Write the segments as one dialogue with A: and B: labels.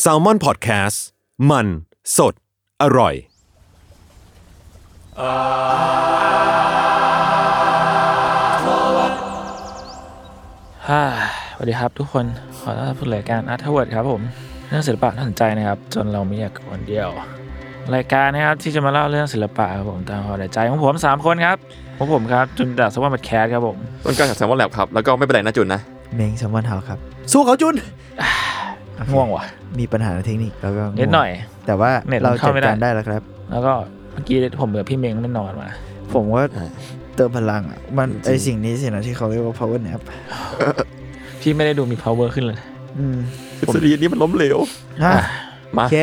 A: แซลมอนพอดแคสต์มันสดอร่อย
B: ฮ่าสวัสดีครับทุกคนขอต้อนรับสู่รายการอาร์ทเวิร์ดครับผมเรื่องศิลปะน่าสนใจนะครับ จนเราไม่อยากอยู่คนเดียว รายการนะครับที่จะมาเล่าเรื่องศิลปะครับผมตามความในใจของผมสามคนครับของผมครับจุนดาสวัสดิ์แคสครับผม
C: ต้นกล้าจากแซมวอนแลบครับ แล้วก็ไม่เป็นไรนะจุนนะ
D: เมงแซมมอนเฮาครับ
E: สู้เขาจุน
D: โอเค
B: ง่วงว่ะ
D: มีปัญหาทางเทคนิคแล้วก็ง่วง
B: นิดหน่อย
D: แต่ว่า
B: เน็ตมัน
D: เรา
B: เข้า
D: จัด
B: ไม่ได้
D: การได้แล้วครับ
B: แล้วก็เมื่อกี้ผมเบื่อพี่เมงไม่นอนมา
D: ผมว่า
C: อ่า
D: เติมพลังอ่ะมันไอสิ่งนี้สินะที่เขาเรียกว่า power nap
B: พี่ไม่ได้ดูมี power ขึ้นเลย
D: อืม
C: ทฤษฎีนี้มันล้มเหลว
D: อ่ะ
C: มา
D: โอเค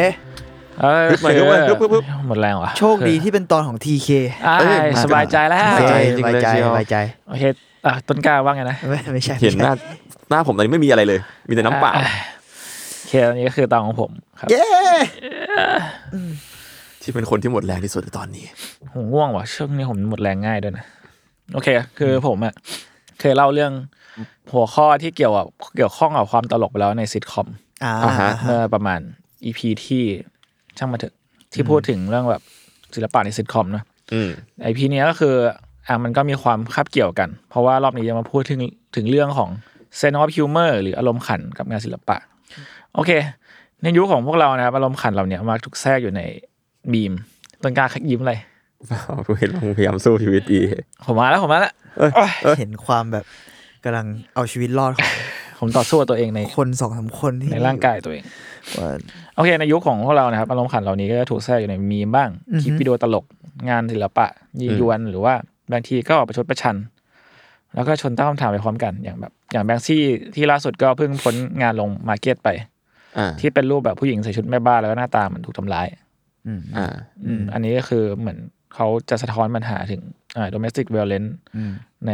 B: เออ
C: ฮึบหน่อยฮึบหน่อยฮึบฮึบฮึบ
B: หมดแรงว่ะ
D: โชคดีที่เป็นตอนของ TK
B: อ่า
C: เอ้ย
B: สบายใจแล้ว
D: โอ
C: ส
D: เค
C: บายใจ ริงๆ
D: สบายใจ
C: เลยเชียว
D: สบายใจ
B: โอเคอ่ะต้นกล้าว่าไงนะ
D: ไม่ไม่ใช่
C: เห็นหน้า
D: ไม่ใช่
C: หน้าผมตอนนี้ไม่มีอะไรเลย มีแต่น้ำเปล่า
B: อ่ะโอเคอันนี้ก็คือตอนของผมครับ
D: เย้
C: ที่เป็นคนที่หมดแรงที่สุดในตอนนี้
B: ผมง่วงว่ะช่วงนี้ผมหมดแรงง่ายด้วยนะโอเค คือผมอ่ะเคยเล่าเรื่องหัวข้อที่เกี่ยวกับเกี่ยวข้องกับความตลกไปแล้วในซิทคอม
D: อ่า
C: อ่าฮะ
B: เมื่อประมาณอีพีที่ช่างมาเถอะที่พูดถึงเรื่องแบบศิลปะในซิทคอมนะ
C: อืม
B: ไอพีเนี้ยก็คืออ่ะมันก็มีความคาบเกี่ยวกัน เพราะว่ารอบนี้จะมาพูดถึงถึงเรื่องของเซนอฟฮิวเมอร์หรืออารมณ์ขันกับงานศิลปะ โอเค ในยุคของพวกเรานะครับอารมณ์ขันเราเนี่ยมักถูกแทรกอยู่ในบีมต้นกล้าขยิ้มอะไร
C: ผมเห็นผมพยายามสู้ชีวิตดี
B: ผมมาแล้วผมมาแล้ว
D: เห็นความแบบกำลังเอาชีวิตรอดขอ
B: ผ
D: ง
B: มต่อสู้กับตัวเองใน
D: คนสองสามคนที่
B: ในร่างกายตัวเอง
D: ว่า
B: โอเค ในยุคของพวกเรานะครับอารมณ์ขันเหล่านี้ก็จะถูกแทรกอยู่ในมีมบ้าง
D: อือ
B: ค
D: ฮึ
B: ลิปวิดีโอตลกงานศิลปะยียวนหรือว่าบางทีก็ประชดประชัน แล้วก็ชนตั้งคำถามไปพร้อมกันอย่างแบบ อย่างแบงซี่ที่ล่าสุดก็เพิ่งพ้นงานลงมาร์เก็ตไป
C: อ่า
B: ที่เป็นรูปแบบผู้หญิงใส่ชุดแม่บ้านแล้วก็หน้าตาเหมือนถูกทำร้าย
D: อืม
C: อ่า
B: อืมอันนี้ก็คือเหมือนเขาจะสะท้อนปัญหาถึงอ่า domestic violence
D: อืม
B: ใน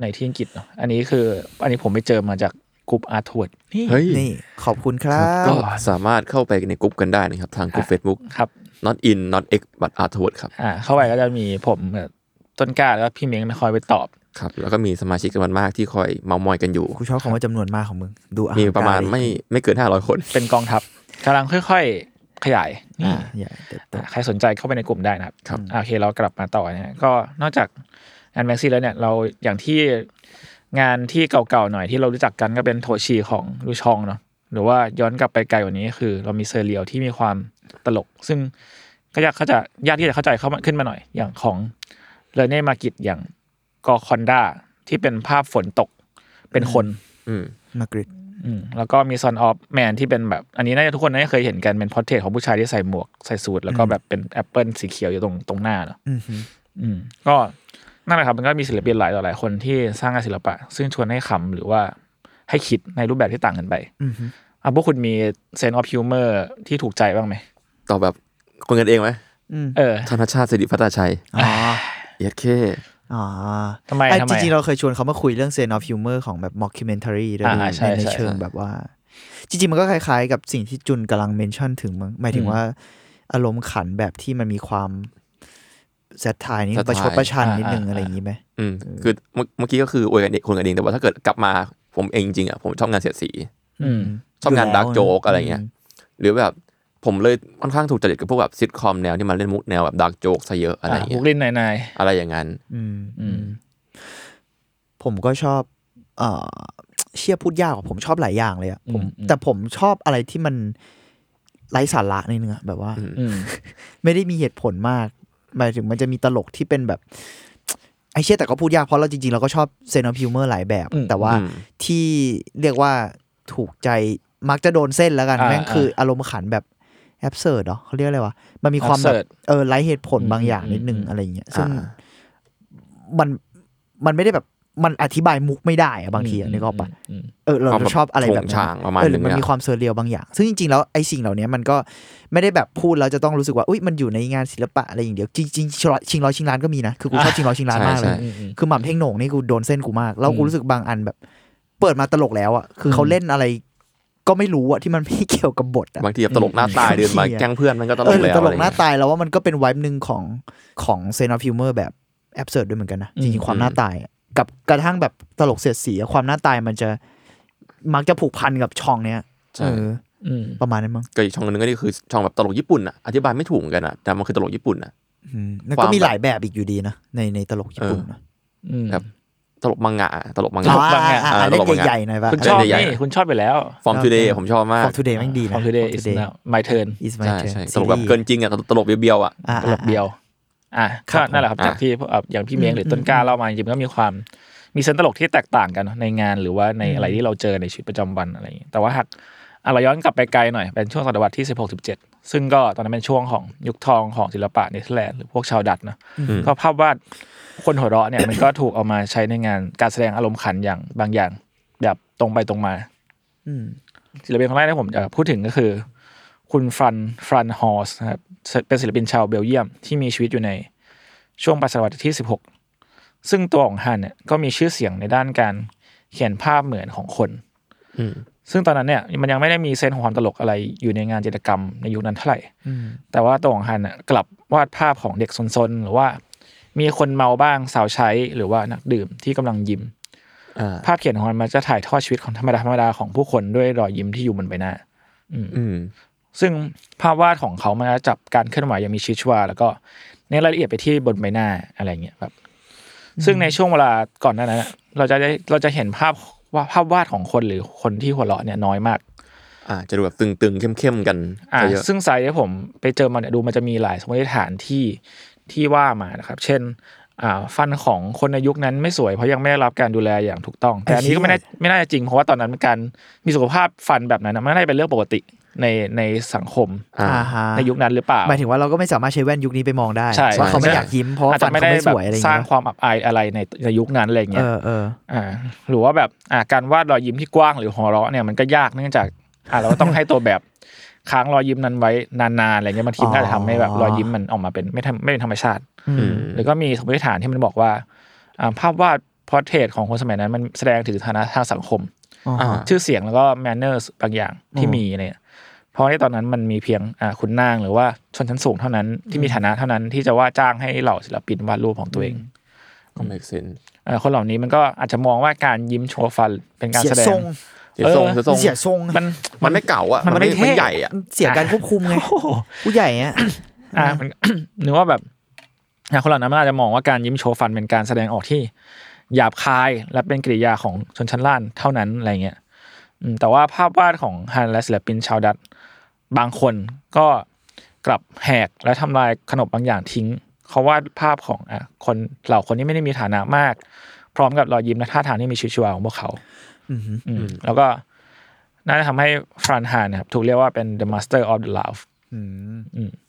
B: ในที่อังกฤษเนอะอันนี้คืออันนี้ผมไปเจอมาจากกลุ่มอาร์ทวด
C: เฮ้ย
D: นี่ขอบคุณครับ
C: ก็สามารถเข้าไปในกลุ่มกันได้นะครับ ทางกลุ่ม
B: อ่ะ
C: Facebook
B: ครับ
C: not in not x but artwork ครับ
B: อ่าเข้าไปก็จะมีผมกับต้นกล้าแล้วก็พี่เม้งนะคอยไปตอบ
C: ครับ แล้วก็มีสมาชิกจำนวนมากที่คอยเมามอยกันอยู่
D: กูชอบคำว่าจำนวนมากของมึง ดูอ่
C: มีประมาณไม่ไม่เกิน 500 คน
B: เป็นกองทัพกำลังค่อยๆขยายนี่
D: ใหญ่แต่แต่
B: อ่าใครสนใจเข้าไปในกลุ่มได้นะครับ
C: ครับ
B: อ่าโอเคเรากลับมาต่อนะฮะก็นอกจากงานแม็กซี่แล้วเนี่ยเราอย่างที่งานที่เก่าๆหน่อยที่เรารู้จักกันก็เป็นโทชีของลูชองเนาะหรือว่าย้อนกลับไปไกลกว่านี้คือ เรามีเซอร์เรียลที่มีความตลก ซึ่งก็อยากเขาจะยากที่จะเข้าใจเข้ามาขึ้นมาหน่อยอย่างของเลเน่มากิตอย่างกอคอนด้าที่เป็นภาพฝนตกเป็นคน
C: อืม
D: มากริด
B: อืมแล้วก็มี Son of Man ที่เป็นแบบ อันนี้น่าจะทุกคนน่าจะเคยเห็นกันเป็นพอร์เทรตของผู้ชายที่ใส่หมวกใส่สูทแล้วก็แบบเป็นแอปเปิลสีเขียวอยู่ตรงตรงหน้าเนอะ
D: อือหือ
B: อืมก็นั่นแหละครับมันก็มีศิลปินหลายต่อหลายคนที่สร้างงานศิลปะ ซึ่งชวนให้ขำหรือว่าให้คิดในรูปแบบที่ต่างกันไป
D: อือหือ
B: อ่ะพวกคุณมีเซน s อ of ฮิวเมอร์ที่ถูกใจบ้างไหม
C: ต่อแบบคนกันเองไหม
D: อืม
B: เออ
C: ธนชาติสิริพัฒนาชัย
D: อ๋อ
C: เอ็ดเค
D: อ๋อ
B: ทำไม
D: ไอ้
B: ทำไม
D: จริงๆ เราเคยชวนเขามาคุยเรื่องเซนอฟฮิวเมอร์ของแบบมอ c คิ m เมนทารีด้วย
B: อ่า
D: ใน
B: ใช่
D: ใน
B: ใช่
D: เชิง
B: ใช่
D: แบบว่า จริงๆ มันก็คล้ายๆ กับสิ่งที่จุนกำลังเมนชั่นถึงมั้งหมายถึงว่าอารมณ์ขันแบบที่มันมีความแซทายนี่
C: satire
D: ประชดประชันนิดนึง
B: อ่า
D: อะไรอย่างนี้ไหม
C: อืมคือเมื่อเมื่อกี้ก็คืออวยกันเองคนกันเองแต่ว่าถ้าเกิดกลับมาผมเองจริงๆอ่ะผมชอบงานเสียดสี
B: อืม
C: ชอบงาน
D: ยู่แล้ว
C: ดาร์กโจกอะไรเงี้ย หรือแบบผมเลยค่อนข้างถูกจริตกับพวกแบบซิทคอมแนวที่มันเล่นมุกแนวแบบดาร์กโจกซะเยอะอะไร
B: อ่าบุ
C: เงี้ย
B: กลินนายนาย
C: อะไรอย่างนั้น
D: อืม
B: อืม
D: ผมก็ชอบเอ่อ เชี่ยพูดยากกว่าผมชอบหลายอย่างเลยอะผม
B: อืมอืม
D: แต่ผมชอบอะไรที่มันไร้สาระนิดนึงอะแบบว่า
B: อืม
D: ไม่ได้มีเหตุผลมาก หมายถึงมันจะมีตลกที่เป็นแบบ ไอเชี่ยแต่ก็พูดยากเพราะเราจริงๆ เราก็ชอบเซนอพิวเมอร์หลายแบบ
B: อืม
D: แต่ว่า
C: อืม
D: ที่เรียกว่าถูกใจมักจะโดนเส้นแล้วกัน
B: อ่า
D: แม่งคืออารมณ์ขันแบบแอบเซิร์ดเหรอเขาเรียกอะไรวะมันมีความแบบ
B: absurd
D: เออไร้เหตุผลบาง
B: อืม
D: อย่างนิดนึง
B: อืม
D: อะไรอย่างเงี้ยซึ่ง
C: อ่า
D: มันมันไม่ได้แบบมันอธิบายมุกไม่ได้อะบางทีอะนึกออกปะ
B: อืม
D: เออเรา
C: ความแบบ
D: ชอบอะไรแบบ
C: โฉง
D: นั้น
C: ฉางประมาณ
D: เออหอ
C: นึง
D: มัน
C: อะ
D: มีความเซอร์เรียลบางอย่าง ซึ่งจริงๆแล้วไอ้สิ่งเหล่านี้มันก็ไม่ได้แบบพูดแล้วจะต้องรู้สึกว่าอุ้ยมันอยู่ในงานศิลปะอะไรอย่างเดียวจริงๆชิงร้อยชิงร้อยชิงล้านก็มีนะคือกูชอบชิงร้อยชิงล้าน
C: ใช่
D: มากเล
C: ใช่
D: ย คือหม่ำเท่งโหน่งนี่กูโดนเส้นกูมากแล้วกูรู้สึกบางอันแบบ เปิดมาตลกแล้วอ่ะคือเขาเล่นอะไร ก็ไม่รู้อ่ะที่มันไม่เกี่ยวกับบทอ่ะ
C: บางทีแบบตลกหน้าตายเดินมา
D: เหี้ย
C: แกล้งเพื่อนมันก็ตล
D: เอก อหรื
C: แล้
D: อ
C: ว
D: ตล
C: อะไร
D: กหน้า
C: เงี้ย
D: ตายแล้วว่ามันก็เป็นไวท์หนึ่งของของเซนอฟิวเมอร์แบบแอบเสิร์ดด้วยเหมือนกันนะ
B: อื
D: จ
B: ม
D: ริงๆความหน้าตายอะกับกระทั่งแบบตลกเสียดสีอะความหน้าตายมันจะมักจะผูกพันกับช่องเนี้ย
C: ใช่
D: เออ
B: อืม
D: ประมาณนั้นมั้ง
C: ก็อีกช่องนึงก็นี่คือช่องแบบตลกญี่ปุ่นอ่ะอธิบายไม่ถูกเหมือนกันอ่ะแต่มันคือตลกญี่ปุ่นอ่ะ
D: อืมแล้ว
C: ค
D: ก็
C: วาม
D: มีหลายแบบอีกอยู่ดีนะในในตลกญี่ปุ่นนะ
B: อืม
C: ครับ ตลกมังงะตลกมัง
B: า
C: งะ
B: บาง
D: อ่า
B: อ่ะ
D: อ่า
C: เออ
D: เล่น
C: ระวังอ่ะ
D: ใหญ่ๆหน่อยป่ะ
C: คุณ
B: ช
C: ช
B: อ
C: อ
B: บบ นี่คุณชอบไปแล้ว
C: ฟอร์มทูเดย์
D: ครับ
C: ผมชอบมาก
D: for today แม่งดีนะ
B: ของ today is
D: today
B: now my turn
D: is my
C: ใช่
D: turn
C: ใช่ตลกแบบเกินจริงอ่ะตลกเบียวๆอ่ะ
D: อ่า
B: ตลกเดียว อ่ะ
D: ครั
B: ก็
D: บ
B: นั่นแหละครับ
C: ผม
B: จากที่พวกเอ่ออย่างพี่เมียงหรือต้นกล้าเล่ามาจริงๆมันก็มีความมีเซนส์ตลกที่แตกต่างกันเนอะในงานหรือว่าในอะไรที่เราเจอในชีวิตประจำวันอะไรอย่างเงี้ยแต่ว่าหากอ่ะเราย้อนกลับไปไกลหน่อย เป็นช่วงศตวรรษที่ 16 17 ซึ่งก็ตอนนั้นเป็นช่วงของยุคทองของศิลปะเนเธอร์แลนด์หรือพวกชาวดัตช์เนอะก็ภาพวาดคนหัวเราะเนี่ยมันก็ถูกเอามาใช้ในงานการแสดงอารมณ์ขันอย่างบางอย่าง แบบตรงไปตรงมา
D: อืม
B: ศิลปินคนแรกที่ผมจะพูดถึงก็คือ คุณฟรันฟรันฮอร์สนะครับเป็นศิลปินชาวเบลเยียมที่มีชีวิตอยู่ในช่วงปศวรรษที่ 16 ซึ่งตัวของฮันเนี่ยก็มีชื่อเสียงในด้านการเขียนภาพเหมือนของคน
C: อืม
B: ซึ่งตอนนั้นเนี่ยมันยังไม่ได้มีเซนส์ของความตลกอะไรอยู่ในงานจิตรกรรมในยุคนั้นเท่าไหร่ แต่ว่าตัวของฮันน่ะกลับวาดภาพของเด็กซนๆ หรือว่า มีคนเมาบ้างสาวใช้หรือว่านักดื่มที่กำลังยิ้ม
C: อ่า
B: ภาพเขียนของมันมันจะถ่ายทอดชีวิตของธรรมดาธรรมดาของผู้คนด้วยรอยยิ้มที่อยู่บนใบหน้า
C: อืม
B: ซึ่งภาพวาดของเขามันจะจับการเคลื่อนไหวอย่างมีชีวิตชีวา แล้วก็เน้นรายละเอียดไปที่บนใบหน้าอะไรเงี้ยครับซึ่งในช่วงเวลาก่อนหน้านั้นอะเราจะได้เราจะเห็นภาพว่าภาพวาดของคนหรือคนที่หัวเราะเนี่ยน้อยมาก
C: อ่า จะดูแบบตึงๆ เข้มๆ กัน
B: อ่า
C: ซะเยอะ
B: ซึ่งไซต์ที่ผมไปเจอมาเนี่ยดูมันจะมีหลายสมมติฐานที่ที่ว่ามานะครับ เช่นอ่าฟันของคนในยุคนั้นไม่สวยเพราะยังไม่ได้รับการดูแลอย่างถูกต้อง แต่อันนี้ก็ไม่ได้ไม่น่าจะจริงเพราะว่าตอนนั้นการมีสุขภาพฟันแบบนั้นนะมันน่าจะเป็นเรื่องปกติในในสังคม
C: อ่า
D: อ่าฮะ
B: ในยุคนั้นหรือเปล่า
D: หมายถึงว่าเราก็ไม่สามารถใช้แว่นยุคนี้ไปมองได้
B: ใช่
D: ว่าเขาไม่
B: ใช่
D: อยากยิ้มเพราะว่า
B: อจ
D: ฟั
B: จะ
D: นเขาไม่สวยอะไรอย่า
B: ส
D: ง
B: ร้าง
D: เงี้ย
B: ความอับอายอะไรในในยุคนั้นอะไรอย่าง
D: เอ
B: เงี้ย
D: อเออ
B: ่าหรือว่าแบบอ่าการวาดรอยยิ้มที่กว้างหรือหัวเราะเนี่ยมันก็ยากเนื่องจากอ่าเราก็ต้อง ให้ตัวแบบค้างรอยยิ้มนั้นไว้นานๆอะไรเงี้ยบางทีมันก็อาจจะทำให้แบบรอยยิ้มมันออกมาเป็นไม่ทำไม่เป็นธรรมชาติ
C: อืม
B: แล้วก็มีสมมติฐานที่มันบอกว่าอ่าภาพวาดพอร์เทรตของคนสมัยนั้นมันแสดงถึงฐานะทางสังคม
C: อ่า
B: ชื่อเสียงแล้วก็แมนเนอร์บางอย่างที่มีเนี่ย เพราะในตอนนั้นมันมีเพียงอ่าขุนนางหรือว่าชนชั้นสูงเท่านั้นที่มีฐานะเท่านั้นที่จะว่าจ้างให้เหล่าศิลปินวาดรูปของตัวเอง
C: ก็ make sense
B: เอ่อคนเหล่านี้มันก็อาจจะมองว่าการยิ้มโชว์ฟันเป็นการ
D: เสีย
B: แสด
D: ทรง ง
C: เสียทรงเสียทรง
D: เสียทรง
B: มัน
C: มันไม่เก่าอ่ะ
B: มั
C: มัน น
B: ไม่
C: ไม่
B: เท่
C: ไม่ใหญ่อ่ะ
D: เสียการควบคุมไงผู้ใหญ่อะ
B: อ่ามัน นึกว่าแบบอ่ะคนเหล่านั้นมันอาจจะมองว่าการยิ้มโชว์ฟันเป็นการแสดงออกที่หยาบคายและเป็นกริยาของชนชั้นล่างเท่านั้นอะไรเงี้ยอืมแต่ว่าภาพวาดของฮันและศิลปินชาวดัตช์บางคนก็กลับแหกและทำลายขนบบางอย่างทิ้ง เขาวาดภาพของอ่ะคนเหล่าคนที่ไม่ได้มีฐานะมาก พร้อมกับรอยยิ้มและท่าทางที่มีชีวิตชีวาของพวกเขา อืมแล้วก็น่าจะทำให้ฟรานฮานนะครับถูกเรียกว่าเป็น the master of the laugh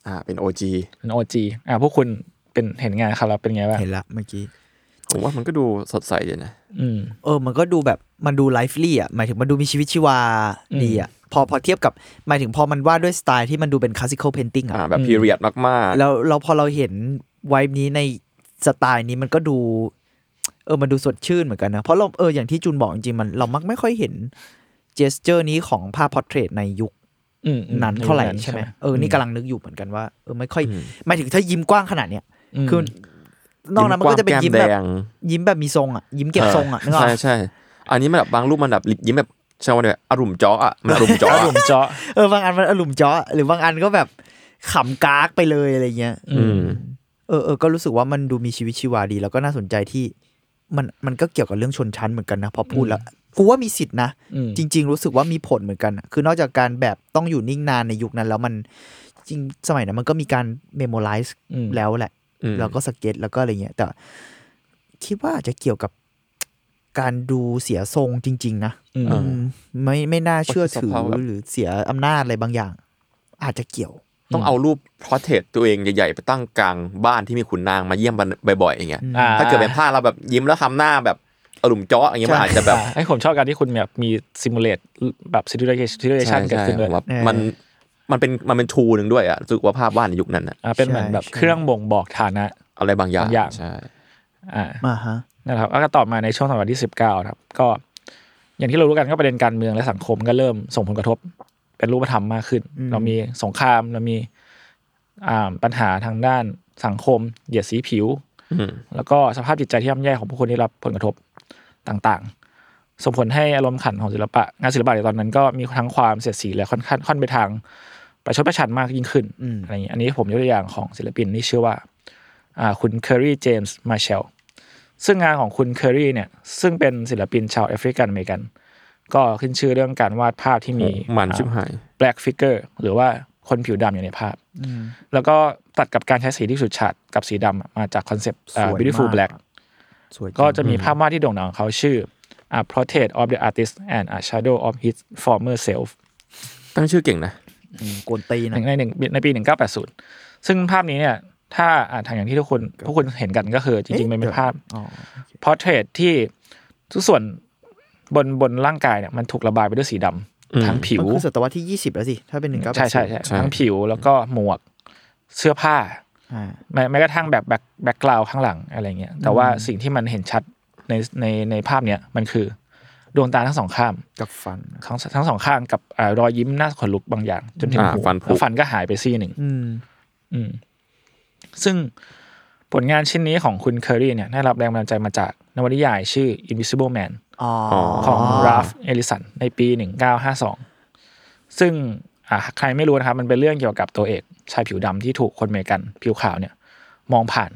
C: อ่า เป็น OG
B: เป็นโอจีอ่ะพวกคุณเป็นเห็นงานครับแล้วเป็นไงบ้าง
D: เห็นละเมื่อกี้
C: ผมว่ามันก็ดูสดใสดีนะ
B: อืม
D: เออ มันก็ดูแบบมันดูไลฟ์ลี่อ่ะหมายถึงมันดูมีชีวิตชีวาดีอ่ะพอพอเทียบกับหมายถึงพอมันวาดด้วยสไตล์ที่มันดูเป็นคลาสสิคอลเพนติง
C: อ่า
D: อ่ะ
C: แบบ period มากๆ
D: แล้วเราพอเราเห็นไวบ์นี้ในสไตล์นี้มันก็ดู เออมันดูสดชื่นเหมือนกันนะ เพราะเราเอออย่างที่จูนบอกจริงๆมันเรามักไม่ค่อยเห็นเจสเจอร์นี้ของภาพพอร์เทรตในยุค
B: อืมอืม
D: นั้นเท่าไหร่
B: ยุค
D: ใช่ไหมเอ
B: อื
D: อ
B: ม
D: นี่กำลังนึกอยู่เหมือนกันว่าเออไม่ค่อยหมายถึงถ้ายิ้มกว้างขนาดเนี้ย
B: อืม
D: คือนอกนั้นมันก็จะเป็นยิ้มแบบ
C: แก้มแดง
D: ยิ้มแบบมีทรงอ่ะยิ้มเก็บทรงอ่ะนึกออก
C: ใช่
D: ปะ
C: ใช่ อันนี้มันแบบบางรูปมันแบบยิ้มแบบใช่ว่าแบบอารมณ์จ้ออ่ะ มันอารมณ์จ้อ
B: อาร
C: อ่ะ
B: มณ์เจาะ
D: เออบางอันมันอารมณ์เจ้อหรือบางอันก็แบบขำกากไปเลยอะไรเงี้ย
C: อืม
D: เออเออก็รู้สึกว่ามันดูมีชีวิตชีวาดี แล้วก็น่าสนใจที่มันมันก็เกี่ยวกับเรื่องชนชั้นเหมือนกันนะพอพูดแล้ว กูว่ามีสิทธินะ
B: อืม
D: จริง ๆ รู้สึกว่ามีผลเหมือนกันอะคือนอกจากการแบบต้องอยู่นิ่งนานในยุคนั้น แล้วมันจริงสมัยนั้นมันก็มีการเมโมไลซ์
B: อืม
D: แล้วแหละ
C: อืม
D: แล้วก็สเก็ตแล้วก็อะไรเงี้ยแต่คิดว่าอาจจะเกี่ยวกับการดูเสียทรงจริง ๆ นะ
B: อืม
C: อ่า
D: อืมไม่ไม่น่าเชื่อถือ
C: สภาพแบบ
D: หรือเสียอำนาจอะไรบางอย่าง อาจจะเกี่ยว
C: ต้องเอารูปพอเทรตตัวเองใหญ่ๆ ไปตั้งกลางบ้านที่มีขุนนางมาเยี่ยมบ่อยๆอย่างเงี้ย
B: อ่
C: ถ้าเกิดเป็นผ้าพเราแบบยิ้มแล้วทำหน้าแบบอารมณ์เจาะอย่างเงี้ยมันอาจจะแบบ
B: อ่าไอ้ผมชอบการที่คุณแบบมีซิมูเลตแบบซิ t u เลชันซิมูเลชันเกิด
C: ใช่
B: ขึ้น
C: ๆ
B: ด้วย
C: ผมว่า
D: เออ
C: มันมันเป็นมันเป็นชูหนึ่งด้วยอะรู้สึกว่าภาพวาดในยุคนั้นอะ
B: อ่าเป็นเหมือนแบบ
D: ใช่
B: เครื่องบ่งบอกฐานะ
C: อะไรบางอย่าง
B: บางอย่าง
C: ใช่
B: อ่า
D: มาฮะ
B: นะครับแล้วก็ต่อมาในช่วงศตวรรษที่สิบเก้าครับ ก็อย่างที่เรารู้กันก็ประเด็นการเมืองและสังคมก็เริ่มส่งผลกระทบ เป็นรูปธรรมมากขึ้น
D: อืม
B: เรามีสงครามเรามีอ่าปัญหาทางด้านสังคม เหยียดสีผิว
C: อืม
B: แล้วก็สภาพจิตใจที่ย่ำแย่ของผู้คนที่รับผลกระทบต่างๆ ส่งผลให้อารมณ์ขันของศิลปะ งานศิลปะในตอนนั้นก็มีทั้งความเสียดสีและค่อนข้างค่อนไปทาง ประชดประชันมากยิ่งขึ้น
D: อืม
B: อะไรอย่างนี้อันนี้ผมยกตัวอย่างของศิลปินที่ชื่อว่าอ่าคุณเคอรี่เจมส์มาเชลซึ่งงานของคุณเคอรี่เนี่ยซึ่งเป็นศิลปินชาวแอฟริกันอเมริกัน ก็ขึ้นชื่อเรื่องการวาดภาพที่มี
C: มัน
B: อ่า
C: ชิบหาย
B: black figure หรือว่าคนผิวดำอย่างในภาพ แล้วก็ตัดกับการใช้สีที่สุดฉาดกับสีดำอะมาจากคอนเซปต์อ่า
D: สวย
B: beautiful
D: มาก
B: black
D: สวย
B: ก็จะมีภาพวาดที่โด่งดังของเขาชื่ออ่า portrait of the artist and a shadow of his former self
C: ตั้งชื่อเก่งนะ
D: อืมกวนตีน
B: ห
D: อะ
B: นึ่งในหนึ่งในปี 1980 ซึ่งภาพนี้เนี่ยถ้าอ่าทางอย่างที่ทุกคนทุกคนเห็นกันก็คือจริงๆมันเป็นภาพ
D: อ๋อ
B: portrait ที่ทุกส่วนบนบนร่างกายเนี่ยมันถูกระบายไปด้วยสีดำ
C: อืม
B: ทั้งผิว
D: มันคือศตวรรษที่ยี่สิบแล้วสิ ถ้าเป็นหนึ่งเก้า
B: ใช่ใช่ใช่
C: ใช่
B: ทั้งผิวแล้วก็หมวกเสื้อผ้า
D: อ่า
B: แม้แม้กระทั่งแบบแบ็คแบ็คกราวข้างหลังอะไรเงี้ยแต่ว่าสิ่งที่มันเห็นชัดในในในภาพเนี้ยมันคือดวงตาทั้งสองข้าง
D: กับฟัน
B: ทั้งทั้งสองข้างกับอ่ารอยยิ้มหน้าขนลุกบางอย่าง จนถึง
C: อ่า
B: หู
C: ฟันผุ
B: แล้วฟันก็หายไปซี่หนึ่ง
D: อืม
B: อืมซึ่งผลงานชิ้นนี้ของคุณเคอรี่เนี่ยได้รับแรงบันดาลใจมาจากนวนิยายชื่อ Invisible Man
D: อ๋อ
B: ของราฟเอลิสันในปี 1952 ซึ่งอ่าใครไม่รู้นะครับ มันเป็นเรื่องเกี่ยวกับตัวเอกชายผิวดำที่ถูกคนอเมริกันผิวขาวเนี่ย มองผ่าน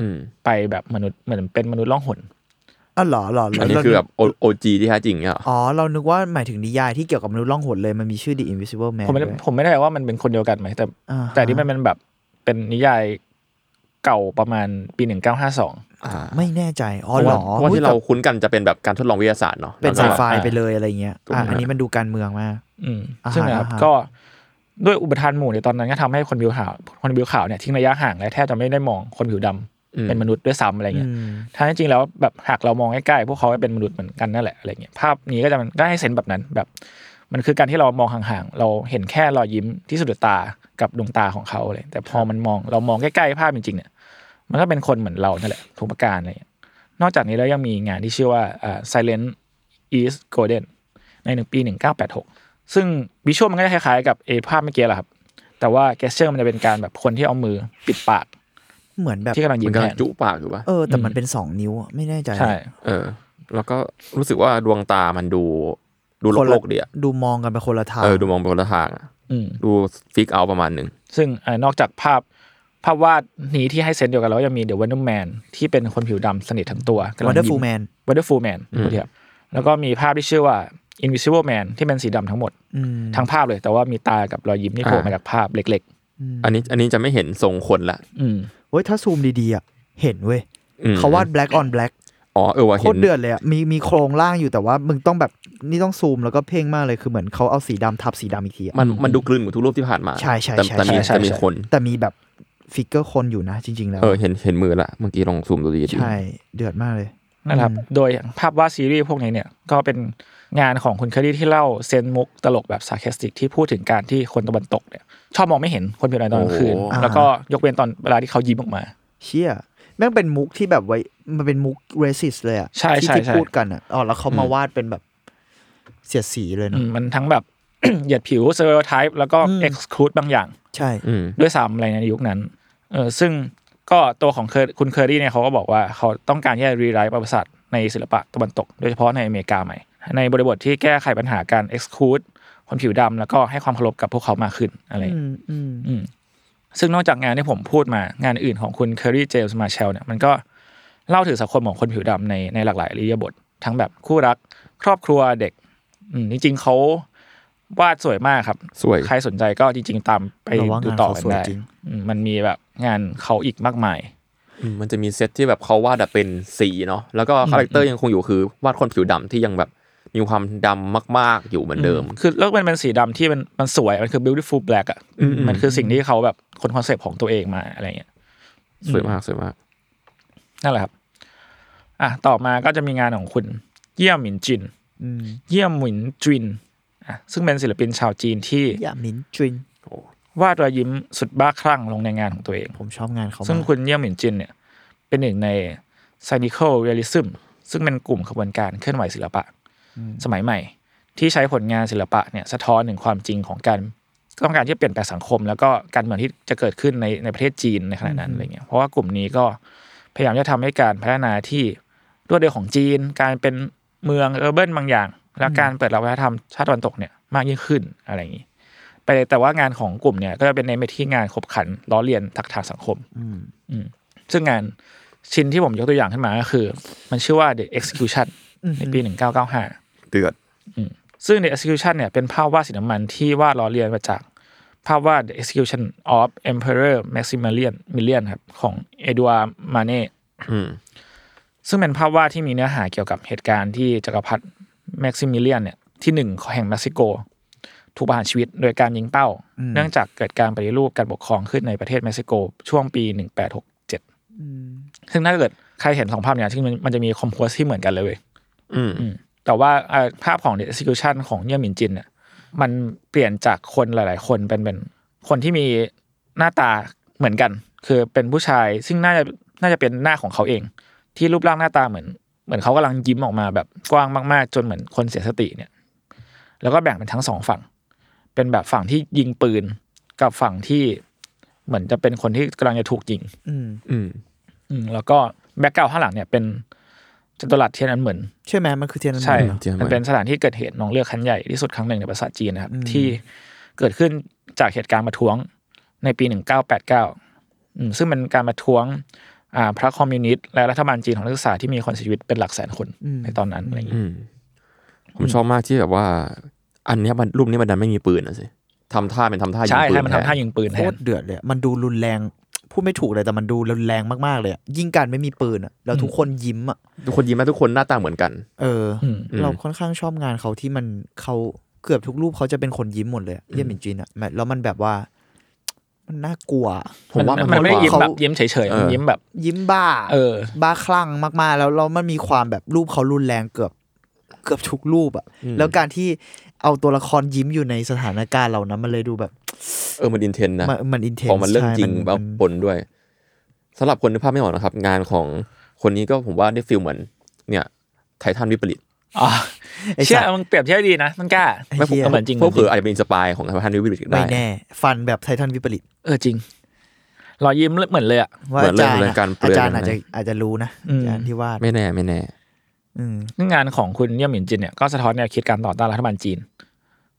C: อืม
B: ไปแบบมนุษย์เหมือนเป็นมนุษย์ล่องหน
D: อ๋อเหรอเหรอเหร
C: อันนี้คือแบบโอจีที่แท้จริงเนี่ยเหรอ
D: อ๋อ เรานึกว่าหมายถึงนิยายที่เกี่ยวกับมนุษย์ล่องหนเลย มันมีชื่อ The Invisible Man
B: ผมไม่ได้
D: ด้วย
B: ผมไม่ได้ว่ามันเป็นคนเดียวกันไหม แต่
D: อ่าฮะ
B: แต่ที่มันเป็นแบบเป็นนิยายเก่าประมาณปี 1952
C: อ่า
D: ไม่แน่ใจ อ๋อ
C: เพราะ
D: เหร
C: ว่า
D: อ
C: เพราะว่าที่เราคุ้นกันจะเป็นแบบการทดลองวิทยาศาสตร์เนาะ
D: เป็น
C: แล้วก็
D: สาย
C: แบบ
D: ไฟไปเลยอะไรเงี้ย
C: ถูกไหม
D: อ่ะอันนี้มันดูการเมืองมาก
B: อืม
D: อ่าฮะ
B: ซึ่งนะครับ
D: อ่าฮะ
B: ก็ด้วยอุปทานหมู่ในตอนนั้นก็ทำให้คนผิวขาว คนผิวขาวเนี่ยทิ้งระยะห่างและแทบจะไม่ได้มองคนผิวดำ
C: อืม
B: เป็นมนุษย์ด้วยซ้ำอะไรเงี้ย
D: อืม
B: ถ้าจริงๆแล้วแบบหากเรามองใกล้ๆพวกเขาก็เป็นมนุษย์เหมือนกันนั่นแหละอะไรเงี้ยภาพนี้ก็จะมันก็ให้เซนส์แบบนั้นแบบ มันคือการที่เรามองห่างๆ เราเห็นแค่รอยยิ้มที่สุดตากับดวงตาของเขาเลย แต่พอมันมองเรามองใกล้ๆภาพจริงๆเนี่ยมันก็เป็นคนเหมือนเรานั่นแหละทุกประการอะไรเงี้ยนอกจากนี้แล้วยังมีงานที่ชื่อว่าอ่า Silent is Golden ในหนึ่งปี 1986 ซึ่งวิชวลมันก็จะคล้ายๆกับเอภาพเมื่อกี้แหละครับแต่ว่าแกสเชอร์มันจะเป็นการแบบคนที่เอามือปิดปาก
D: เหมือนแบบ
B: ที่กำลัง
C: มั
B: ยิ้
C: น
B: ม
C: กำ
B: แท
C: ลัง
B: น
C: จุปากอยู่ปะ
D: เออ แต่มันเป็นสองนิ้วอะไม่แน่ใจ
B: ใช่
C: เออ แล้วก็รู้สึกว่าดวงตามันดูดู
D: คน
C: โล
D: ละ
C: กๆเดีย
D: ดูมองกันไปคนละทาง
C: เออดูมองไปคนละทางอะ
B: อืม
C: ดูฟิกเอาประมาณหนึ่ง
B: ซึ่งเอ่อนอกจากภาพภาพวาดนี้ที่ให้เซนส์เดียวกันแล้วยังมีเดอะวันเดอร์แมนที่เป็นคนผิวดำสนิททั้งตัว
D: วันเดอร์ฟูลแมน
B: วันเดอร์ฟูลแมนครับแล้วก็มีภาพที่ชื่อว่า Invisible Man ที่เป็นสีดำทั้งหมด
D: อืม
B: ทั้งภาพเลยแต่ว่ามีตากับรอยยิ้มที่โผล่
C: อ่าม
B: มาจากภาพเล็ก
C: อันนี้อันนี้จะไม่เห็นทรงคนละ
B: ๆ อืม
D: เว้ยถ้าซูมดีๆอ่ะเห็นเว้ย
C: อืม
D: เขาวาด black on black
C: อ๋อเออว่า
D: โค
C: เห็
D: ต
C: น
D: รเดือดเลยอ่ะมีมีโครงล่างอยู่แต่ว่ามึงต้องแบบนี่ต้องซูมแล้วก็เพ่งมากเลยคือเหมือนเขาเอาสีดำทับสีดำอีกทีอะ
C: มันมันดูกลืนกว่าทุกรูปที่ผ่านมา
D: ใช่ใช่
C: แต่
D: ใช่
C: แต่มี
D: ใช่ใช่
C: แต่มีคน
D: แต่มีแบบฟิกเกอร์คนอยู่นะจริง ๆ แล้ว
C: เออเห็นเห็นมือละเมื่อกี้ลองซูมดูดีๆ
D: ใช่เดือดมากเลย
B: นะครับ โดยภาพวาดซีรีส์พวกนี้เนี่ยก็เป็นงานของคุณเคอรี่ที่เล่าเซนส์มุกตลกแบบซาร์แคสติกที่พูดถึงการที่คนตะวันตกเนี่ยชอบมองไม่เห็นคนผิวดำตอนกลางคืน
D: โอ้โห
B: แล้วก็ยกเว้นตอนเวลาที่เขายิ้มออกมา
D: เชี่ยแม่งเป็นมุกที่แบบไว้มันเป็นมุกเรสิสเลยอ่ะ
B: ใช่
D: ที่
B: ใช่
D: ที่
B: ใช่
D: พูดกันอ่ะอ๋อแล้วเขามาวาดเป็นแบบเสียดสีเลย
B: อื
D: เนาะ
B: มมันทั้งแบบ เหยียดผิวเซอร์ไทป์แล้วก็
D: อืม
B: เอ็กซ์คลูดบางอย่าง
D: ใช่
C: อืม
B: ด้วยซ้ำอะไรในยุคนั้น เออซึ่งก็ตัวของเคอร์คุณเคอรี่เนี่ยเขาก็บอกว่าเขาต้องการที่จะรีไรต์ประวัติศาสตร์ในศิลปะตะวันตก โดยเฉพาะในอเมริกาใหม่ ในบริบทที่แก้ไขปัญหาการเอ็กซ์คูดคนผิวดำแล้วก็ให้ความเคารพกับพวกเขามากขึ้นอะไรอย่าง
D: อื
B: เงี้ย
D: มอืม
B: อืมซึ่งนอกจากงานที่ผมพูดมางานอื่นของคุณเคอรี่เจมส์มาเชลเนี่ยมันก็เล่าถึงสังคมของคนผิวดำในในหลากหลายอริยบท ทั้งแบบคู่รักครอบครัวเด็ก อืมจริง ๆเขาวาดสวยมากครับ
C: สวย
B: ใครสนใจก็จริง ๆ ตามไป
D: เราว่างาน
B: ดูต่อกั
D: เขา
B: น
D: สวย
B: ได้
D: จริง
B: อืมมันมีแบบงานเขาอีกมากมาย
C: อืมมันจะมีเซตที่แบบเขาวาดอะเป็นสีเนาะแล้วก็คาแรคเตอร์ยังคงอยู่คือวาดคนผิวดำที่ยังแบบมีความดำมาก ๆ อยู่เหมือนเดิม
B: คือแล้วมันเป็นสีดำที่มันมันสวย มันคือ beautiful black อ่ะ
C: อืมอืม
B: มันคือสิ่งที่เขาแบบคนคอนเซปต์ของตัวเองมาอะไรเงี้ย
C: สวยมากสวยมาก
B: นั่นแหละครับ อ่ะ ต่อมาก็จะมีงานของคุณ เยี่ยมหมินจิน
D: อืม
B: เยี่ยมหมินจินอ่ะซึ่งเป็นศิลปินชาวจีนที่
D: อย่ามินจิน
B: วาดรอยยิ้มสุดบ้าคลั่งลงในงานของตัวเอง
D: ผมชอบงานเขามาก
B: ซึ่งคุณเยี่ยมหมินจินเนี่ย เป็นหนึ่งใน cynical realism ซึ่งเป็นกลุ่มขบวนการเคลื่อนไหวศิลปะ สมัยใหม่ ที่ใช้ผลงานศิลปะเนี่ยสะท้อนถึงความจริงของการต้องการที่จะเปลี่ยนแปลงสังคม แล้วก็การเมืองที่จะเกิดขึ้นในในประเทศจีนในขณะนั้นอะไรเงี้ยเพราะว่ากลุ่มนี้ก็พยายามจะทำให้การพัฒนาที่รวดเร็วของจีน การเป็นเมืองเออร์เบิบางอย่าง และการเปิดรับวัฒนธรรมชาติตะวันตกเนี่ยมากยิ่งขึ้นอะไรอย่างนี้ไปแต่ว่างานของกลุ่มเนี่ยก็จะเป็นในนไปที่งานขบขันล้อเลียนทักทางสังคม
D: อืม
B: ซึ่งงานชิ้นที่ผมยกตัวอย่างขึ้นมาก็คือ มันชื่อว่า The Execution ในปี 1995
C: เดือด
B: ซึ่ง The Execution เนี่ยเป็นภาพวาดสีน้ำมันที่วาดล้อเลียนมาจาก ภาพวาด The Execution of Emperor Maximilian Millian ครับของเอด a ว d m มาเน่
C: อืม
B: ซึ่งเป็นภาพวาดที่มีเนื้อหาเกี่ยวกับเหตุการณ์ที่จักรพรรดิแม็กซิมิเลียนเนี่ยที่หนึ่งแห่งเม็กซิโก ถูกประหารชีวิตโดยการยิงเป้า เนื่องจากเกิดการปฏิรูปการปกครองขึ้นในประเทศเม็กซิโก ช่วงปี 1867 ซึ่งถ้าเกิดใครเห็นสองภาพเนี่ยซึ่งมันมันจะมีคอมโพสที่เหมือนกันเลยเว้ย
C: อืม
B: แต่ว่าเอ่อภาพของ The Execution ของเยี่ยมหมินจินเนี่ยมันเปลี่ยนจากคนหลาย ๆ คนเป็นเป็นคนที่มีหน้าตาเหมือนกัน คือเป็นผู้ชายซึ่งน่าจะน่าจะเป็นหน้าของเขาเอง ที่รูปร่างหน้าตาเหมือน เหมือนเขากำลังยิ้มออกมาแบบกว้างมาก ๆ จนเหมือนคนเสียสติเนี่ย แล้วก็แบ่งเป็นทั้งสองฝั่ง เป็นแบบฝั่งที่ยิงปืนกับฝั่งที่เหมือนจะเป็นคนที่กำลังจะถูกยิง
D: อืม
C: อืม
B: อืมแล้วก็แบ็กกราวข้างหลังเนี่ยเป็นจัตุรัสเทียนอันเหมือน
D: ใช่ไหมมันคือเทียนอัน
B: ใช่
D: นั้นเหรอ
C: เทียนอันเหมือน
B: มันเป็นสถานที่เกิดเหตุหนองเลือกครั้งใหญ่ที่สุดครั้งหนึ่งในประเทศจีนนะครับ ที่เกิดขึ้นจากเหตุการณ์ประท้วงในปี 1989อืมซึ่งเป็นการประท้วงอ่าพระคอมมิวนิสต์และรัฐบาลจีนของนักศึกษาที่มีคนเสียชีวิตเป็นหลักแสนคนในตอนนั้นอะไรอย่างงี้
C: อืม ผมชอบมากที่แบบว่า อันเนี้ยมันรูปนี้มันดันไม่มีปืนนะสิทำท่าเป็นทำท่ายิง
B: ใช่
C: ปืน
B: ให้มันทำท่า
C: แท
B: ยิงปืนแท
D: โคน ตรเดือดเลยอะมันดูรุนแรงพูดไม่ถูกเลยแต่มันดูรุนแรงมากๆเลยอะยิ่งการไม่มีปืนอะแล้วทุกคนยิ้มอะ
C: ทุกคนยิ้มแล้วทุกคนหน้าตาเหมือนกัน
D: เอออ
B: อืม
D: เราค่อนข้างชอบงานเขาที่มันเขาเกือบทุกรูปเขาจะเป็นคนยิ้มหมดเลยอะเยี่ยมหมินจีนอะแมแล้วมันแบบว่า มันน่ากลัว
C: ผมว่ามัน
B: มันไม่ได้ยิ้ม
C: เขา
B: แบบยิ้มเฉยๆมัน
C: เออ
B: ยิ้มแบบ
D: ยิ้มบ้า
B: เออ
D: บ้าคลั่งมากๆ แล้วแล้วมันมีความแบบรูปเขารุนแรงเกือบเกือบทุกรูปอะแล้วการที่เอาตัวละครยิ้มอยู่ในสถานการณ์เหล่านั้นมันเลยดูแบบ
C: เออมันอินเทนนะ
D: มันมัน intense
C: พอมันเรื่อง
D: ใช่
C: จริง
D: มัน
C: แล้ว
D: มัน
C: ปนด้วยสำหรับคนที่ภาพไม่ออกนะครับ งานของคนนี้ก็ผมว่าได้ฟิลเหมือน เนี่ยไททันวิปริต
B: อ๋อ
D: ไอ้
B: เชื่
D: สั
B: อ
D: ตว์
B: มึงเปรียบเทียบดีนะมันกล้า
D: ไอ้เหี้ย
B: เหมือนจริง
C: พว
B: จ
C: ก
B: ริ
C: เผื่
B: ง
C: ออาจจะเป็นอินสปายของพันธุ์วิบริตก็ได้
D: ไม่แน่ ฟันแบบไททันวิปริต
B: เออจริง รอยยิ้มเหมือนเลยอ่ะ
D: ว่า
C: เหมือ
D: อาน
C: เรื่อง
D: จาร
C: เรื่อง
D: ย์อะ
C: การเปลื
D: อา
C: อย
D: จารย์
C: นะ
D: อาจจะอาจจะรู้นะ
B: อืม
D: อาจารย์ที่วาด
C: ไม่แน่ไม่แน่
D: อืม
B: ซึ่งงานของคุณเยี่ยมหมินจินเนี่ยก็สะท้อนแนวคิดการต่อต้านรัฐบาลจีน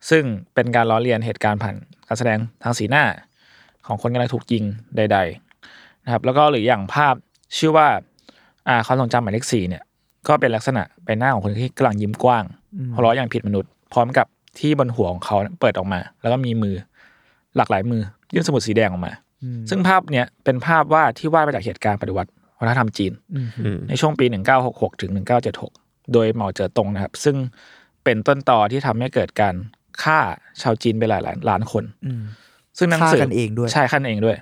B: ซึ่งเป็นการล้อเลียนเหตุการณ์ผ่านการแสดงทางสีหน้า ของคนกำลังถูกยิงใด ๆ นะครับ แล้วก็หรืออย่างภาพชื่อว่าอ่าความทรงจำหมายเลขสี่เนี่ย ก็เป็นลักษณะใบหน้าของคนที่กำลังยิ้มกว้างหัวเราะอย่างผิดมนุษย์ พร้อมกับที่บนหัวของเขาเปิดออกมา แล้วก็มีมือหลากหลายมือยื่นสมุดสีแดงออกมา ซึ่งภาพเนี่ยเป็นภาพวาดที่วาดมาจากเหตุการณ์ปฏิวัติวัฒนธรรมจีน
C: อืม
B: ในช่วงปี 1966 ถึง 1976 โดยเหมาเจ๋อตงนะครับ ซึ่งเป็นต้นต่อที่ทำให้เกิดการฆ่าชาวจีนไปหลายล้านคน
D: อืม
B: ซึ่งหนังสือ
D: ฆ่ากันเองด้วย
B: ใช่ฆ่ากันเองด้วย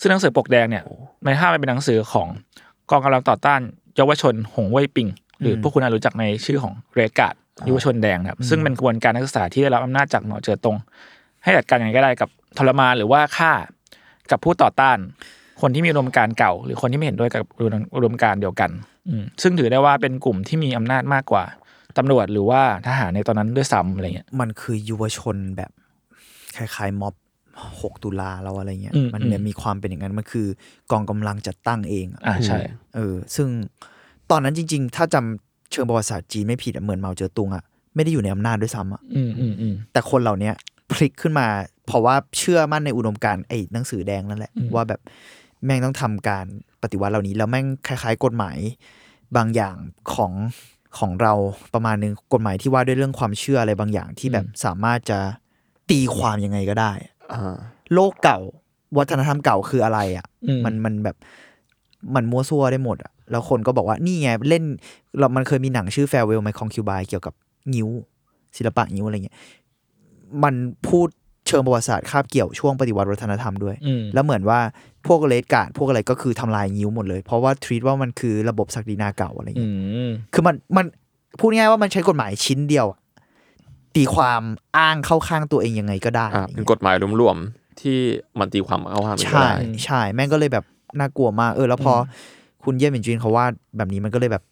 B: ซึ่งหนังสือปกแดงเนี่ยมันห้ามมันเป็นหนังสือของกองกำลังต่อต้านเยาวชนหงเว่ยปิง หรืออพวกคุณอาจรู้จักในชื่อของเรดการ์ดเยาวชนแดงนะครับ ซึ่งเป็นกระบวนการนักศึกษาที่ได้รับอำนาจจากเหมาเจ๋อตง ให้จัดการยังไงก็ได้กับทรมานหรือว่าฆ่ากับผู้ต่อต้าน คนที่มีอุดมการณ์เก่า หรือคนที่ไม่เห็นด้วยกับอุดมการณ์เดียวกันอืมซึ่งถือได้ว่าเป็นกลุ่มที่มีอำนาจมากกว่าตำรวจหรือว่าทหารในตอนนั้นด้วยซ้ำอะไรเงี้ย
D: มันคือยุวชนแบบคล้ายๆม็อบ 6 ตุลาเราอะไรเงี้ย
B: อืม
D: มันเนี่ย
B: อืม
D: มีความเป็นอย่างนั้น มันคือกองกำลังจัดตั้งเองอะ
B: อ่าใช่
D: เออ ซึ่งตอนนั้นจริง ๆ ถ้าจำเชิงประวัติศาสตร์จีนไม่ผิดอะเหมือนเหมาเจ๋อตุงอะไม่ได้อยู่ในอำนาจด้วยซ้ำอะ
B: อืมอืมอืม
D: แต่คนเหล่าเนี้ยพลิกขึ้นมา เพราะว่าเชื่อมั่นในอุดมการณ์ไอ้หนังสือแดงนั่นแหละ ว่าแบบแม่งต้องทำการปฏิวัติเหล่านี้ แล้วแม่งคล้าย ๆ กฎหมายบางอย่างของ ของเราประมาณนึงกฎหมายที่ว่าด้วยเรื่องความเชื่ออะไรบางอย่างที่แบบสามารถจะตีความยังไงก็ได้
C: อ่า
D: โลกเก่า วัฒนธรรมเก่าคืออะไรอะ่ะ
B: อืม
D: มันมันแบบมันมั่วซั่วได้หมดอะ่ะ แล้วคนก็บอกว่านี่ไงเล่นเรามันเคยมีหนังชื่อ Farewell My Concubine เกี่ยวกับงิ้ว ศิลปะงิ้วอะไรเงี้ยมันพูดเชิงประวัติศาสตร์คาบเกี่ยวช่วงปฏิวัติวัฒนธรรมด้วย
B: อืม
D: แล้วเหมือนว่าพวกเลดการ์ดพวกอะไรก็คือทำลายงิ้วหมดเลย เพราะว่าทรีตว่ามันคือระบบศักดินาเก่าอะไรเงี้ย
B: อืม
D: คือมันมันพูดง่ายๆว่ามันใช้กฎหมายชิ้นเดียวอะตีความอ้างเข้าข้างตัวเองยังไงก็ได้
C: อ่า
D: อะไร
C: เป็น
D: เงี้ย
C: กฎหมายรวมๆ ที่มันตีความเข้าห้ามไม่
D: ใช่
C: ได้
D: ใช่แม่งก็เลยแบบน่ากลัวมากเออแล้วพออคุณเยี่ยมเป็นจีนเขาวาดแบบนี้มันก็เลยแบบ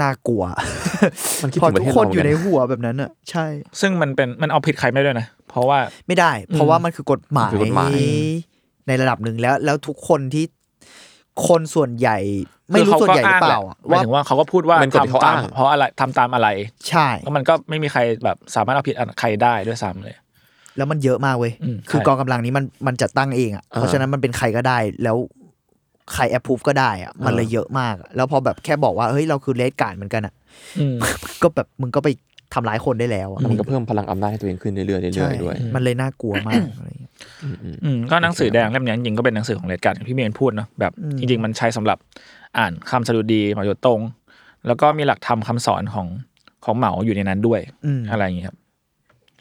D: น่ากลัว
C: มันคิด
D: พอ
C: ถึงประ
D: ทุก
C: เทศ
D: คน
C: เราเหมือนกัน
D: อยู่ในหัวแบบนั้นอ่ะ ใช่
B: ซึ่งมันเป็นมันเอาผิดใครไม่ได้ด้วยนะ เพราะว่า
D: ไม่ได้ เพราะว่ามันคือกฎหมาย
C: คือกฎหมาย
D: ในระดับหนึ่งแล้ว แล้วทุกคนที่คนส่วนใหญ่ ไม่
B: คือ
D: รู้
B: เขา
D: ส่วน
B: ก็
D: ใหญ่หรือเปล่าอะ
B: อ้งแหละหมายถึงว่าเขาก็พูดว่า
C: เป็นกฎที่เขา
B: ทำตาม
C: อ้าง
B: เพราะอะไรทำตามอะไร
D: ใช่
B: แล้วมันก็ไม่มีใครแบบสามารถเอาผิดใครได้ด้วยซ้ำเลย
D: แล้วมันเยอะมากเว้ย
B: อืม
D: คือ
B: ใช่
D: กองกำลังนี้มันมันจัดตั้งเองอ่ะ เพราะฉะนั้นมันเป็นใครก็ได้ แล้วใครแอปพูฟก็ได้อ่ะ มันเลยเยอะมากอะแล้วพอแบบแค่บอกว่าเฮ้ยเราคือเลดการ์ดเหมือนกันอ่ะ
B: อืม
D: ก็แบบมึงก็ไปทำร้ายคนได้แล้วอะ
C: มันก็เพิ่มพลังอำนาจให้ตัวเองขึ้นเรื่อยๆเรื่
D: ใช่
C: อยๆด้วย
D: มันเลยน่ากลัวมากอะไรอย่างเงี้ย
B: อืมก็หนังสือแดงเล่มนี้จริงๆก็เป็นหนังสือของเลดการ์ดที่พี่เมย์พูดเนาะแบบจริงๆมันใช้สำหรับอ่านคำสดุดีหมาโยตง แล้วก็มีหลักธรรมคำสอนของของเหมาอยู่ในนั้นด้วย
D: อืม
B: อะไรอย่างนี้ยครับ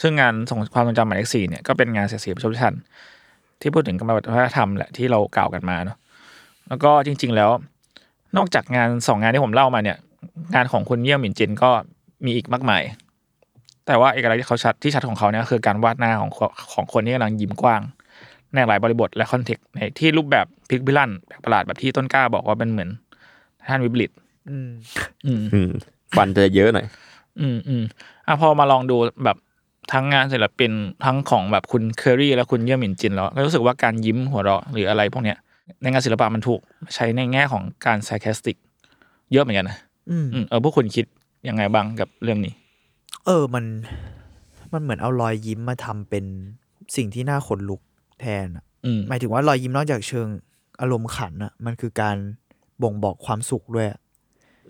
B: ซึ่งงานส่งความทรงจำหมายเลขสี่เนี่ยก็เป็นงานเสียดสีประชดชันที่พูดถึงกรรมวัฒนธรรมแหละที่เรากล่าวกันมาเนาะแล้วก็จริง ๆแล้ว นอกจากงานสองงานที่ผมเล่ามาเนี่ย งานของคุณเยี่ยมหมินจินก็มีอีกมากมาย แต่ว่าเอกลักษณ์ที่เขาชัดที่ชัดของเขาเนี่ยก็คือการวาดหน้าของของคนที่กำลังยิ้มกว้าง ในหลายบริบทและคอนเทกต์ในที่รูปแบบพลิกพิลั่นแปลกประหลาดแบบที่ต้นกล้าบอกว่าเป็นเหมือนท่านวิบลิต
D: อืม
B: อืม
C: อืมฟันจะเยอะหน่อย
B: อืมอืมอ่ะพอมาลองดูแบบทั้งงานศิลปินทั้งของแบบคุณเคอรี่และคุณเยี่ยมหมินจินแล้วก็รู้สึกว่าการยิ้มหัวเราะหรืออะไรพวกเนี้ย ในงานศิลปะมันถูกใช้ในแง่ของการไซคสติก เยอะเหมือนกันนะ
D: อืม
B: อืมเออพวกคุณคิดยังไงบ้างกับเรื่องนี้
D: เออ มัน มันเหมือนเอารอยยิ้มมาทำเป็นสิ่งที่น่าขนลุกแทนอะ
B: อืม
D: หมายถึงว่ารอยยิ้มนอกจากเชิงอารมณ์ขันอะมันคือการบ่งบอกความสุขด้วยอะ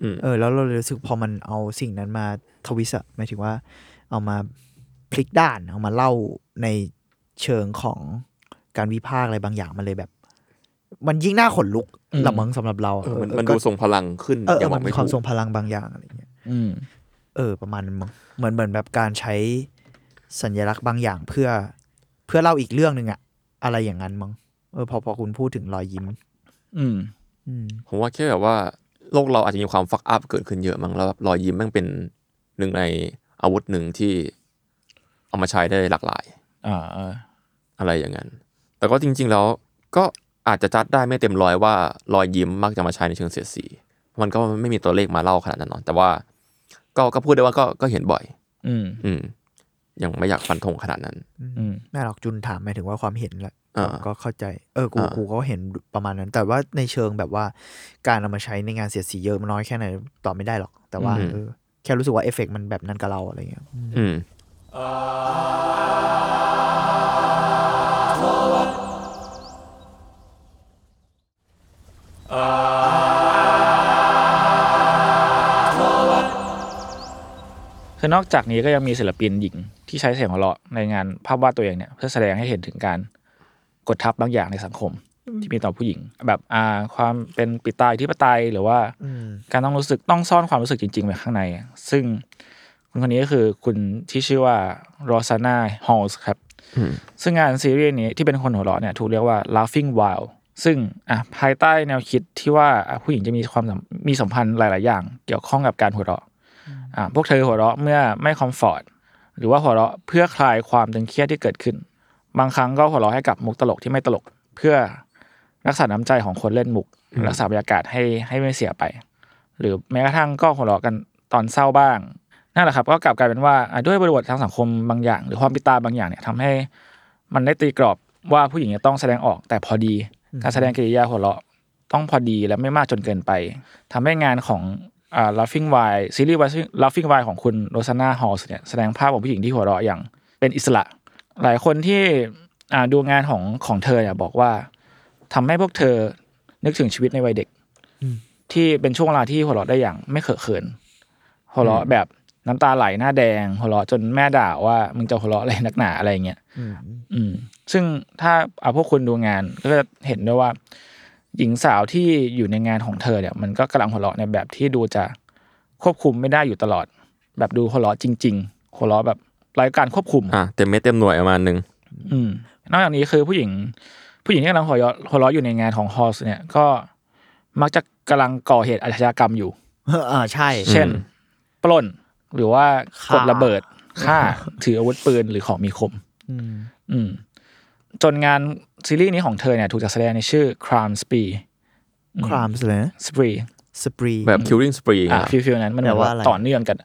C: อืม
D: เออ แล้วเราเลยรู้สึกพอมันเอาสิ่งนั้นมาทวิสต์อะหมายถึงว่า เอามาพลิกด้าน เอามาเล่าในเชิงของการวิพากษ์อะไรบางอย่างมันเลยแบบ มันยิ่งน่าขนลุกละมั้งสำหรับเราอะ
C: เออมัน
D: เออ
C: มัน
D: ก็
C: ดูทรงพลังขึ้น
D: เออ
C: อ
D: เอย่าง อ
C: หวั
D: มั
C: ง
D: น
C: ไม่
D: มีความทร
C: ถูก
D: งพลังบางอย่างอะไรอย่างเงี้ย
B: อืม
D: เออประมาณนั้นมั้งเหมือนเหมือนแบบการใช้สัญลักษณ์บางอย่างเพื่อเพื่อเล่าอีกเรื่องหนึ่งอะอะไรอย่างนั้นมั้งเออพอพอคุณพูดถึงรอยยิ้ม
B: อืม
D: อืม
C: ผมว่าแค่แบบว่า โลกเราอาจจะมีความฟักอัพเกิดขึ้นเยอะมั้งแล้วแบบรอยยิ้มแมันเป็นหนึ่งในอาวุธหนึ่งที่เอามาใช้ได้หลากหลาย
B: อ่าเออ
C: อะไรอย่างนั้น แต่ก็จริง ๆ แล้วก็อาจจะจัดได้ไม่เต็มร้อยว่ารอยยิ้มมักจะมาใช้ในเชิงเสียดสี มันก็ไม่มีตัวเลขมาเล่าขนาดนั้นเนาะแต่ว่าก็ก็พูดได้ว่าก็ก็เห็นบ่อย
B: อืม
C: อืม ยังไม่อยากฟันธงขนาดนั้น
B: อืม
D: แม่หรอกจุนถามหมายถึงว่าความเห็นแหละ
C: อ่า
D: ก็เข้าใจเออกู
C: อ่า
D: กูก็เห็นประมาณนั้น แต่ว่าในเชิงแบบว่าการเอามาใช้ในงานเสียดสีเยอะมันน้อยแค่ไหนตอบไม่ได้หรอก แต่ว่าเออแค่รู้สึกว่าเอฟเฟกต์มันแบบนั้นกับเราอะไรเงี้ย
C: อืม
B: คือนอกจากนี้ก็ยังมีศิลปินหญิงที่ใช้เสียงหัวเราะในงานภาพวาดตัวเองเนี่ยเพื่อแสดงให้เห็นถึงการกดทับบางอย่างในสังคม ที่มีต่อผู้หญิง แบบอ่าความเป็นปิดตายที่ปไตยหรือว่าการต้องรู้สึกต้องซ่อนความรู้สึกจริงๆไว้ข้างใน ซึ่งคนคนนี้ก็คือคุณที่ชื่อว่าโรซาน่าฮอลส์ครับ ซึ่งงานซีรีส์นี้ที่เป็นคนหัวเราะเนี่ยถูกเรียกว่า laughing wild ซึ่งอ่ะภายใต้แนวคิดที่ว่าอ่ะผู้หญิงจะมีความสัมมีสัมพันธ์หลาย ๆ อย่าง เกี่ยวข้องกับการหัวเราะ อ่าพวกเธอหัวเราะเมื่อไม่คอมฟอร์ตหรือว่าหัวเราะเพื่อคลายความตึงเครียดที่เกิดขึ้น บางครั้งก็หัวเราะให้กับมุกตลกที่ไม่ตลก เพื่อรักษาน้ำใจของคนเล่นมุก รักษาบรรยากาศให้ให้ไม่เสียไป หรือแม้กระทั่งก็หัวเราะกันตอนเศร้าบ้างนั่นแหละครับ ก็กลับกลายเป็นว่าอ่ะด้วยบริบททางสังคมบางอย่าง หรือความปิดตาบางอย่างเนี่ยทำให้มันได้ตีกรอบว่าผู้หญิงจะต้องแสดงออกแต่พอดี การแสดงกิริยาหัวเราะ ต้องพอดีและไม่มากจนเกินไปทำให้งานของอ่า Laughing w i l ซีรีส์ Laughing w i l ของคุณโรซาน่าฮอลส์เนี่ยแสดงภาพของผู้หญิงที่หัวเราะอย่างเป็นอิสระ หลายคนที่อ่าดูงานของของเธอเนี่ยบอกว่าทำให้พวกเธอนึกถึงชีวิตในวัยเด็ก ที่เป็นช่วงเวลาที่หัวเราะได้อย่างไม่เขอะเขิน หัวเราะแบบน้ำตาไหลหน้าแดง หัวเราะจนแม่ด่าว่ามึงจะหัวเราะอะไรนักหนาอะไรอย่างเงี้ย
D: อืม
B: อืมซึ่งถ้าเอาพวกคุณดูงานก็จะเห็นด้วยว่า หญิงสาวที่อยู่ในงานของเธอเนี่ย มันก็กำลังหัวเราะในแบบที่ดูจะควบคุมไม่ได้อยู่ตลอด แบบดูหัวเราะจริง ๆ หัวเราะแบบไร้การควบคุม
C: อ่ะเต็มเม็ดเต็มหน่วยประมาณหนึ่ง
B: อืมนอกจากนี้คือผู้หญิง ผู้หญิงที่กำลังหัวเราะหัวเราะอยู่ในงานของฮอสเนี่ยก็มักจะกำลังก่อเหตุอาชญากรรมอยู่
D: อ่าใช่
B: เช่น ปล้นหรือว่า
D: ฆ่าก
B: ดระเบิดฆ่า ถืออาวุธปืนหรือของมีคม
D: อืม
B: อืม จนงานซีรีส์นี้ของเธอเนี่ย ถูกจัดแสดงในชื่อ Crime Spree
D: ครามส์เลยนะ
B: Spree
D: สปรี
C: แบบ killing spree
B: อ่ะ
C: อ่ะ
B: ฟิลฟิลนั้นมันเหมือน
D: แปลว่าอะไร
B: ต่อเนื่องกัน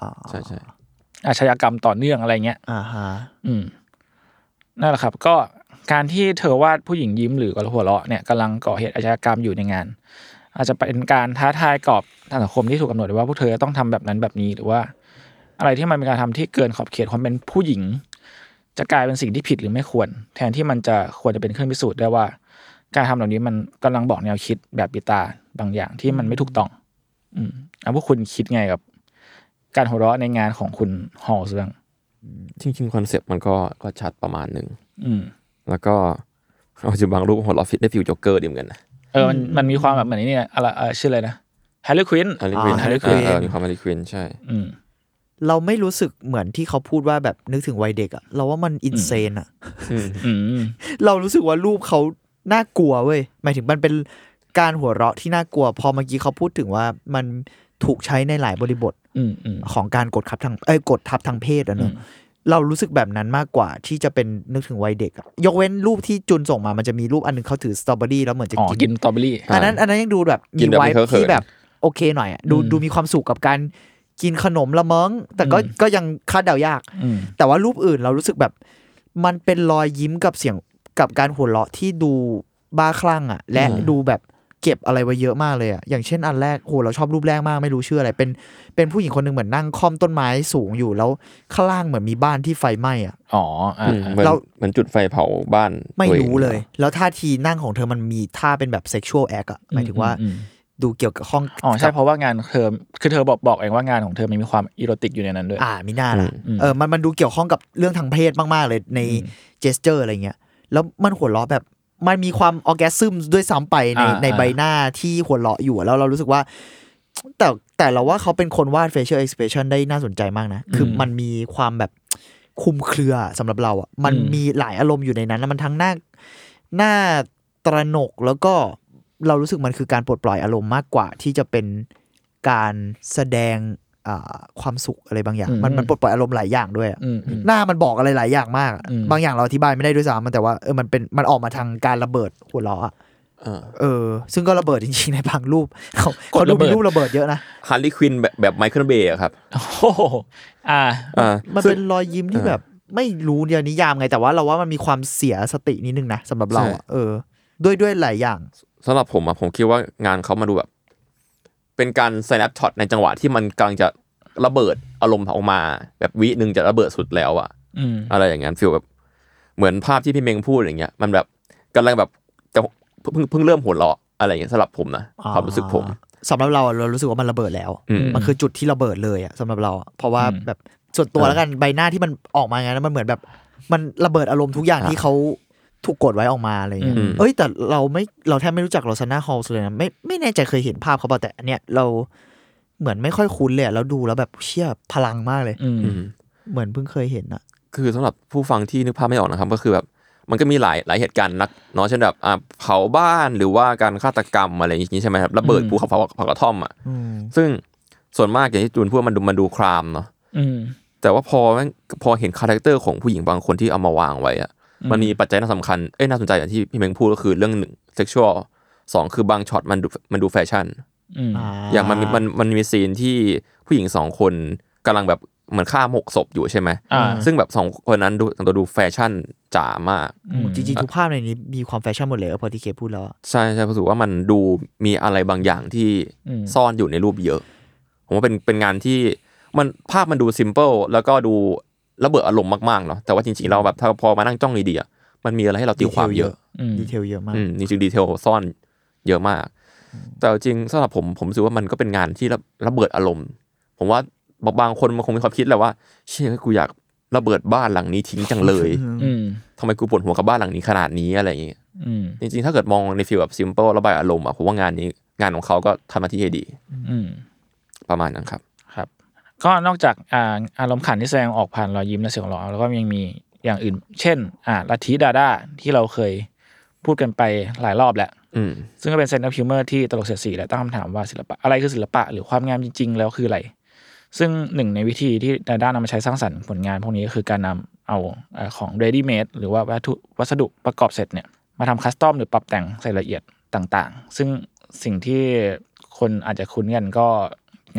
D: อ่า
C: ใช่ใช่
B: อาชญากรรมต่อเนื่องอะไรเงี้ย
D: อ่าฮะ
B: อืมนั่นแหละครับ ก็การที่เธอวาดผู้หญิงยิ้มหรือหัวเราะเนี่ยกำลังก่อเหตุอาชญากรรมอยู่ในงาน อาจจะเป็นการท้าทายกรอบทางสังคมที่ถูกกำหนดไว้ว่าพวกเธอต้องทำแบบนั้นแบบนี้หรือว่า อะไรที่มันเป็นการทำที่เกินขอบเขตความเป็นผู้หญิง จะกลายเป็นสิ่งที่ผิดหรือไม่ควร แทนที่มันจะควรจะเป็นเครื่องพิสูจน์ได้ว่า การทำเหล่านี้มันกำลังบอกแนวคิดแบบปิตาบางอย่างที่มันไม่ถูกต้อง อืมอ่ะพวกคุณคิดไงกับ การหัวเราะในงานของคุณฮอลส์บ้าง
C: จริงๆคอนเซปต์มันก็ก็ชัดประมาณหนึ่ง
B: อืม
C: แล้วก็ เอาจริงบางรูปหัวเราะฟิตได้ฟิลโจ็อกเกอร์ดีเหมือนกันนะ
B: เออ มัน มันมีความแบบเหมือนไอ้นี่อะไรเออชื่ออะไรนะแฮร์รี่ควิน
C: ฮาริควิน
B: อ่า Harley
C: เออ
B: Quinn
C: เออมีความฮาริควินใช่
B: อืม
D: เราไม่รู้สึกเหมือนที่เขาพูดว่าแบบนึกถึงวัยเด็กอะเราว่ามันอินเซนอะ
B: อืม
D: เรารู้สึกว่ารูปเขาน่ากลัวเว้ย หมายถึงมันเป็นการหัวเราะที่น่ากลัว พอเมื่อกี้เขาพูดถึงว่ามันถูกใช้ในหลายบริบท
B: อืม อืม
D: ของการกดทับทางเอ้ยกดทับทางเพศอะเนอะเรารู้สึกแบบนั้นมากกว่าที่จะเป็นนึกถึงวัยเด็กอะยกเว้นรูปที่จุนส่งมามันจะมีรูปอันหนึงเขาถือสตรอเบอรี่แล้วเหมือนจะ
B: อ๋อ กิ
D: กิ
B: นสตรอเบอรี่
D: อันนั้นอันนั้นยังดูแบบ
C: กิ
D: มี
C: นแบบ
D: ไว้
C: ไม่เคอะเขิน
D: ที่แบบโอเคหน่อยอะดู
B: อืม
D: ดูมีความสุขกับการกินขนมละมั้งแต่ก็ก็ยังคาดเดายาก
B: อืม
D: แต่ว่ารูปอื่นเรารู้สึกแบบมันเป็นรอยยิ้มกับเสียงกับการหัวเราะที่ดูบ้าคลั่งอ่ะ และดูแบบเก็บอะไรไว้เยอะมากเลยอ่ะอย่างเช่นอันแรกโหเราชอบรูปแรกมากไม่รู้ชื่ออะไร เป็นเป็นผู้หญิงคนหนึ่งเหมือนนั่งค่อมต้นไม้สูงอยู่แล้วข้างล่างเหมือนมีบ้านที่ไฟไหม้อ่ะ
B: อ๋อ อ่า
C: อืมเหมือน
D: เรา
C: เหมือนจุดไฟเผาบ้าน
D: ไม่
C: ตัวอง
D: รู้เลย แล้วท่าทีนั่งของเธอมันมีท่าเป็นแบบเซ็กชวลแอคอ่ะหมายถึงว่า
B: อืมอืม
D: ดูเกี่ยวกับข้อง
B: อ๋อ ใช่
D: กับ
B: เพราะว่างานเธอ คือเธอบอกบอกเองว่างานของเธอมันมีความอีโรติกอยู่ในนั้นด้วย
D: อ่ามิน่าล่ะ
B: อืม
D: เออมันมันดูเกี่ยวข้องกับเรื่องทางเพศมากๆเลยในเจสเจอร์อะไรเงี้ยแล้วมันหัวเราะแบบมันมีความออแกซึมด้วยซ้ำไปใน
B: อ่า
D: ใน
B: อ่า
D: ใบหน้าที่หัวเราะอยู่อะแล้วเรารู้สึกว่า แต่แต่เราว่าเขาเป็นคนวาด facial expression ได้น่าสนใจมากนะ คือมันมีความแบบคลุมเครือสำหรับเราอ่ะมันมีหลายอารมณ์อยู่ในนั้นนะมันทั้งหน้าหน้าตระหนกแล้วก็เรารู้สึกมันคือการปลดปล่อยอารมณ์มากกว่าที่จะเป็นการแสดงอ่าความสุขอะไรบางอย่าง
B: อืม
D: มันมันปลดปล่อยอารมณ์หลายอย่างด้วยอะ
B: อืมอืม
D: หน้ามันบอกอะไรหลายอย่างมากอะ
B: อืม
D: บางอย่างเราอธิบายไม่ได้ด้วยซ้ำมันแต่ว่าเออมันเป็นมันออกมาทางการระเบิดหัวเราะอะ
C: เออ
D: เออ ซึ่งก็ระเบิดจริงๆ ในบางรูป เขาเขาดูมีรูประเบิดเยอะนะ
C: ฮาริควินแบบแบบไมเคิลเบย์ครับ
B: โอ้โหอ่า
C: อ่า
D: มัน
C: ซึ่
D: เป็
C: ง
D: นรอยยิ้มที่แบบ ไม่รู้เดียวนิยามไงแต่ว่าเราว่ามันมีความเสียสตินิดนึงนะสำหรับเราอะ
C: ใช่
D: เออ ด้วยด้วยหลายอย่าง
C: สำหรับผมอะผมคิดว่างานเขามาดูแบบ เป็นการสแนปช็อตในจังหวะที่มันกำลังจะระเบิดอารมณ์ออกมา แบบวิหนึ่งจะระเบิดสุดแล้วอะ
B: อืม
C: อะไรอย่างนั้นฟีลแบบ เหมือนภาพที่พี่เมงพูดอย่างเงี้ย มันแบบกำลังแบบจะเพิ่งเพิ่งเริ่มหัวเราะอะไรอย่างเงี้ยสำหรับผมนะความรู้สึกผม
D: สำหรับเราอะเรารู้สึกว่ามันระเบิดแล้ว
C: อืม
D: มันคือจุดที่ระเบิดเลยอะสำหรับเราอะเพราะว่า
B: อืม
D: แบบส่วนตัวแล้วกันใบหน้าที่มันออกมาไงนั้นมันเหมือนแบบ มันระเบิดอารมณ์ทุกอย่างที่เขาถูกกดไว้ออกมาอะไรอย่างเงี้ย
C: อืม
D: เอ้ยแต่เราไม่เราแทบไม่รู้จักโรซาน่าฮอลส์เลยนะไม่ไม่แน่ใจเคยเห็นภาพเขาเปล่าแต่อันเนี้ยเราเหมือนไม่ค่อยคุ้นเลยอะแล้วดูแล้วแบบเชี่ยพลังมากเลย
B: อืม
C: อืม
D: เหมือนเพิ่งเคยเห็นอะ
C: คือสำหรับผู้ฟังที่นึกภาพไม่ออกนะครับ ก็คือแบบมันก็มีหลายหลายเหตุการณ์นักเนาะเช่นแบบอ่ะเผาบ้านหรือว่าการฆาตกรรมอะไรอย่างนี้ใช่ไหมครับระเบิด
B: อืม
C: ภูเขาเผาเผากระท่อมอ่ะซึ่งส่วนมากอย่างที่จูนพูดมันดูมันดูครามเนาะ
B: อืม
C: แต่ว่าพอแม่งพอเห็นคาแรคเตอร์ของผู้หญิงบางคนที่เอามาวางไว้อ่ะ
B: อืม
C: มันมีปัจจัยน่าสำคัญเอ้ยน่าสนใจอย่างที่พี่เมงพูดก็คือเรื่องหนึ่งเซ็กชวลสองคือบางช็อตมันดูมันดูแฟชั่น
B: อืม
C: อย่างมันมีมันมันมีซีนที่ผู้หญิงสองคนกำลังแบบเหมือนฆ่าหมกศพอยู่ใช่ไหม
B: อ่า
C: ซึ่งแบบสองคนนั้นดูแต่งตัวดูแฟชั่นจ๋ามาก
D: อืมจริงๆทุกภาพในนี้มีความแฟชั่นหมดเลยเออพอที่เคพูดแล้วอะ
C: ใช่ใช่รู้สึกว่ามันดูมีอะไรบางอย่างที่
B: อืม
C: ซ่อนอยู่ในรูปเยอะ ผมว่าเป็นเป็นงานที่มันภาพมันดูซิมเ l ิลแล้วก็ดูระเบิดอารมณ์มากๆเนาะแต่ว่าจริงๆเราแบบถ้าพอมานั่งจ้องดีๆอะมันมีอะไรให้เราตีความเยอะ
B: อืม
D: ดีเทลเยอะมาก
C: อืมจริงๆดีเทลซ่อนเยอะมาก แต่จริงสำหรับผมผมรู้สึกว่ามันก็เป็นงานที่ระระเบิดอารมณ์ ผมว่า บางบางคนมันคงมีความคิดแหละว่าเชื่อกูอยากระเบิดบ้านหลังนี้ทิ้งจังเลย
B: อืม
C: ทำไมกูปวดหัวกับบ้านหลังนี้ขนาดนี้อะไรอย่างเงี้ย
B: อืม
C: จริงๆ ถ้าเกิดมองในฟีลแบบซิมเปิลระบายอารมณ์อะผมว่างานนี้งานของเขาก็ทำหน้าที่ให้ดี
B: อืม
C: ประมาณนั้นครับ
B: ครับ ก็นอกจากอ่าอารมณ์ขันที่แสดงออกผ่านรอยยิ้มและเสียงหัวเราะแล้วก็ยังมีอย่างอื่น เช่น อ่าลัทธิดาด้าที่เราเคยพูดกันไปหลายรอบแล้ว
C: อืม
B: ซึ่งก็เป็นเซนต์ออฟฮิวเมอร์ที่ตลกเสียดสีและตั้งคำถามว่าศิลปะอะไรคือศิลปะหรือความงามจริง ๆ แล้วคืออะไร ซึ่งหนึ่งในวิธีที่ดาด้านำมาใช้สร้างสรรค์ผลงานพวกนี้ก็คือการนำเอาเอ่อของ ready made หรือว่าวัตถุวัสดุประกอบเสร็จเนี่ยมาทำคัสตอมหรือปรับแต่งใส่ละเอียดต่างๆ ซึ่งสิ่งที่คนอาจจะคุ้นกันก็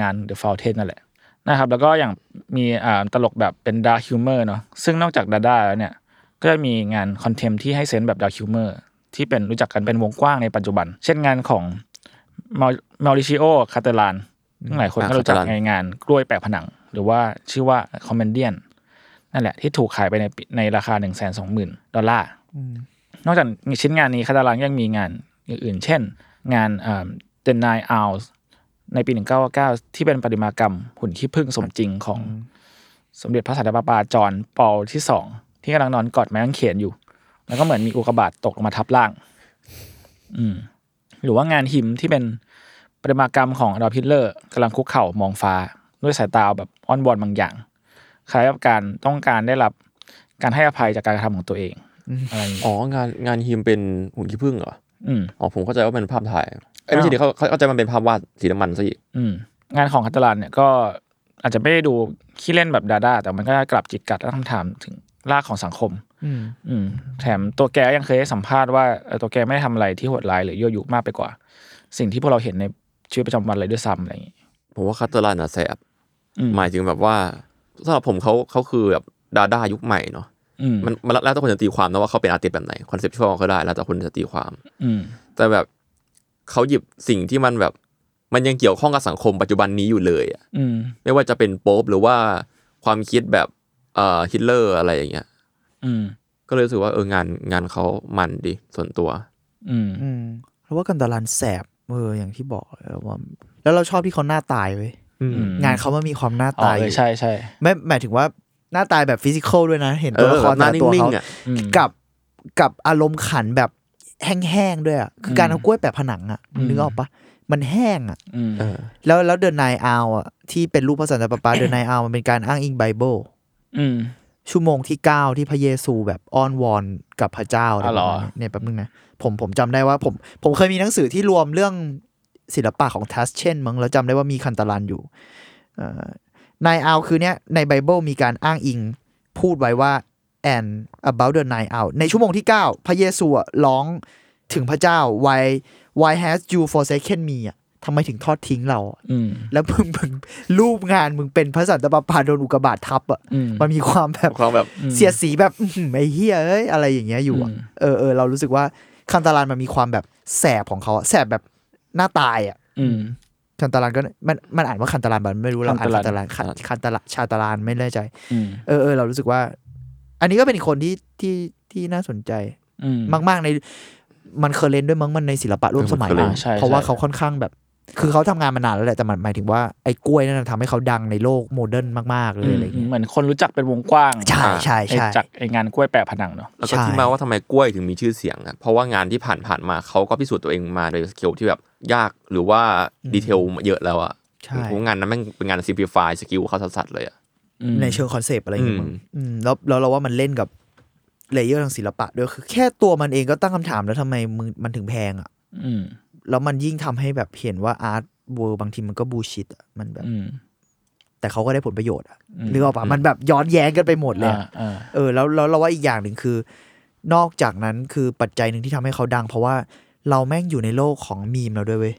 B: งาน The Fountain นั่นแหละนะครับแล้วก็อย่างมีอ่าตลกแบบเป็นดาร์คิวเมอร์เนาะซึ่งนอกจากดาด้าแล้วเนี่ย ก็จะมีงานคอนเทมที่ให้เซนส์แบบดาวคิวเมอร์ที่เป็นรู้จักกันเป็นวงกว้างในปัจจุบัน เช่นงานของมาริชิโอคาเตลานซึ่งหลายคน
C: อ่า
B: ก็รู้จัก
C: Catalan
B: ในงานกล้วยแปะผนัง หรือว่าชื่อว่าคอมเมนเดียนนั่นแหละที่ถูกขายไปในปีในราคา 1 2 0 0 0 0 ดอลลาร์ นอกจากชิ้นงานนี้คาตาลังยังมีงานอื่นๆ เช่น งานเดนไนอัลในปี 1999 ที่เป็นประติมากรรมหุ่นขี้ผึ้งสมจริงของสมเด็จพระสันตะปาปาจอห์นปอลที่สองที่กำลังนอนกอดไม้กางเขนอยู่ แล้วก็เหมือนมีอุกกาบาตตกลงมาทับร่าง อืม หรือว่างานหิมที่เป็นประติมากรรมของอดอลพิทเลอร์กำลังคุกเข่ามองฟ้า ด้วยสายตาแบบอ้อนวอนบางอย่างคล้ายกับการต้องการได้รับการให้อภัยจากการกระทำของตัวเองอะไรอย่างนี้
C: อ๋องานงานฮิมเป็นหุ่นขี้ผึ้งเหรอ
B: อืม
C: อ๋อผมเข้าใจว่าเป็นภาพถ่ายเอ้ยไม่ใช่ดิเขาเขาเข้าใจมันเป็นภาพวาดสีน้ำมันซะอีก
B: อืมงานของคาตาลันเนี่ยก็อาจจะไม่ได้ดูขี้เล่นแบบดาด้าแต่มันก็กลับจิกกัดและตั้งคำถามถึงรากของสังคม อืม แถมตัวแกยังเคยให้สัมภาษณ์ว่าเอ่อตัวแกไม่ได้ทำอะไรที่โหดร้ายหรือยั่วยุมากไปกว่า สิ่งที่พวกเราเห็นในชีวิตประจำวันเลยด้วยซ้ำอะไรอย่างงี้
C: ผมว่าคาตาลันอะแสบ
B: อืม
C: หมายถึงแบบว่าสำหรับผมเขาเขาคือแบบดาด้ายุคใหม่เนาะ
B: อืม
C: มันมันแล้วแต่คนจะตีความนะว่าเขาเป็นอาร์ติสต์แบบไหนคอนเซปชวลก็ได้แล้วแต่คนจะตีความ
B: อืม
C: แต่แบบเขาหยิบสิ่งที่มันแบบ มันยังเกี่ยวข้องกับสังคมปัจจุบันนี้อยู่เลยอะ
B: อืม
C: ไม่ว่าจะเป็นโป๊ปหรือว่าความคิดแบบเอ่อฮิตเลอร์อะไรอย่างเงี้ย
B: อืม
C: ก็เลยรู้สึกว่าเอองานงานเขามันดีส่วนตัว
B: อืม
D: เพราะว่ากันตาลันแสบเอออย่างที่บอกเออว่าแล้วเราชอบที่เขาหน้าตายเว้ย
B: อืม
D: งานเขามันมีความหน้า
B: อ๋อ
D: ตายอ
B: เออยู่ ใช่ใช่
D: ไม่หมายถึงว่าหน้าตายแบบฟิสิกอลด้วยนะ เห็นตัวละค
C: เออ
D: ร
C: ห
D: แต่
C: น้า
D: ละตัว
C: นิ่
D: เขา
C: งๆอะ
B: อืม
D: กับกับอารมณ์ขันแบบแห้งๆด้วยอ่ะคือการเอากล้วยแปะผนังอ่ะ
B: อืม
D: นึกออกปะมันแห้งอ่ะ
B: อืม
C: เออ
D: แล้วแล้วเดินนายอาอ่ะที่เป็นรูปพระสันตะปาปาเดินนายอามันเป็นการอ้างอิงไบเบิล
B: อืม
D: ชั่วโมงที่ 9 ที่พระเยซูแบบอ้อนวอนกับพระเจ้าอะไร
B: อ๋อเหรอ
D: ประมาณนี้เนี่ยแป๊บนึงนะผมผมจำได้ว่าผมผมเคยมีหนังสือที่รวมเรื่องศิลปะของทัสเช่นมั้งแล้วจำได้ว่ามีคันตาลันอยู่เอ่อนายอาคือเนี่ยในไบเบิลมีการอ้างอิงพูดไว้ว่า and about the night out ในชั่วโมงที่ 9 พระเยซูอะร้องถึงพระเจ้า why why has you forsaken me อะทำไมถึงทอดทิ้งเราอะ
B: อืม
D: แล้วมึงมึงรูปงานมึงเป็นพระสันตะปาปาโดนอุกกาบาตทับอะ
B: อืม
D: มันมีความแบบ
C: ความแบบ
D: เสียดสีแบบ อื้อหือไอ้เฮียเอ้ยอะไรอย่างเงี้ยอยู่อะ
B: อืม
D: เออเออเรารู้สึกว่าคันตาลานมันมีความแบบแสบของเขาอะแสบแบบหน้าตายอ่ะ
B: อืม
D: คันตาลานก็มันมันอ่านว่าคันตาลานมันไม่รู้เราอ่า
B: คั
D: น
B: น
D: คัน
B: ตา
D: ตา
B: ลา
D: ลาน นคันคันตาลาชาตาลานไม่แน่ใจ
B: อืม
D: เออเออเรารู้สึกว่า อันนี้ก็เป็นอีกคนที่ที่ที่น่าสนใจ
B: อืม
D: มาก ๆ ในมันเคยเล่นด้วยมั้งมันในศิลปะร่วมสมัย
C: เออมันเคยเล่น
D: อะ
B: ใช่
D: เพราะว่า
B: ใช่
D: เขาค่อนข้างแบบ คือเขาทำงานมานานแล้วแหละแต่มันหมายถึงว่าไอ้กล้วยนั่นนะทำให้เขาดังในโลกโมเดิร์นมากๆเลยอะไรอย่างเงี้ย
B: เหมือนคนรู้จักเป็นวงกว้าง
D: ใช่ใช่
B: ไอ้
D: ใช่
B: จากไองานกล้วยแปะผนังเนาะ
C: แล้วก็
D: ใช่
C: ที่มาว่าทำไมกล้วยถึงมีชื่อเสียงอะเพราะว่างานที่ผ่านผ่านๆมาเขาก็พิสูจน์ตัวเองมาโดยสเกลที่แบบยากหรือว่าดีเทลเยอะแล้วอะ
D: ใช่
C: ผมว่างานนั้นแม่งเป็นงานซิมพลิฟายสกิลเขาสัสๆเลยอะ
B: อืม
D: ในเชิงคอนเซปต์อะไรอย่างเงี้ยมั้ง
C: อืม
D: อืมแล้วแล้วเราว่ามันเล่นกับเลเยอร์ทางศิลปะด้วยคือแค่ตัวมันเองก็ตั้งคำถามแล้วทำไมมึงมันถึงแพงอ่ะ
B: อืม
D: แล้วมันยิ่งทำให้แบบเห็นว่าอาร์ตเวิร์บางทีมันก็บูชิตอ่ะมันแบบ
B: อืม
D: แต่เขาก็ได้ผลประโยชน์อ่ะ
B: อืม
D: นึกออกปะมันแบบย้อนแย้งกันไปหมดเลย
B: อ่า
D: อะ
B: อ่า
D: เออแล้วแล้วเราว่าอีกอย่างหนึ่งคือ นอกจากนั้นคือปัจจัยหนึ่งที่ทำให้เขาดัง เพราะว่าเราแม่งอยู่ในโลกของมีมแล้วด้วยเว้ย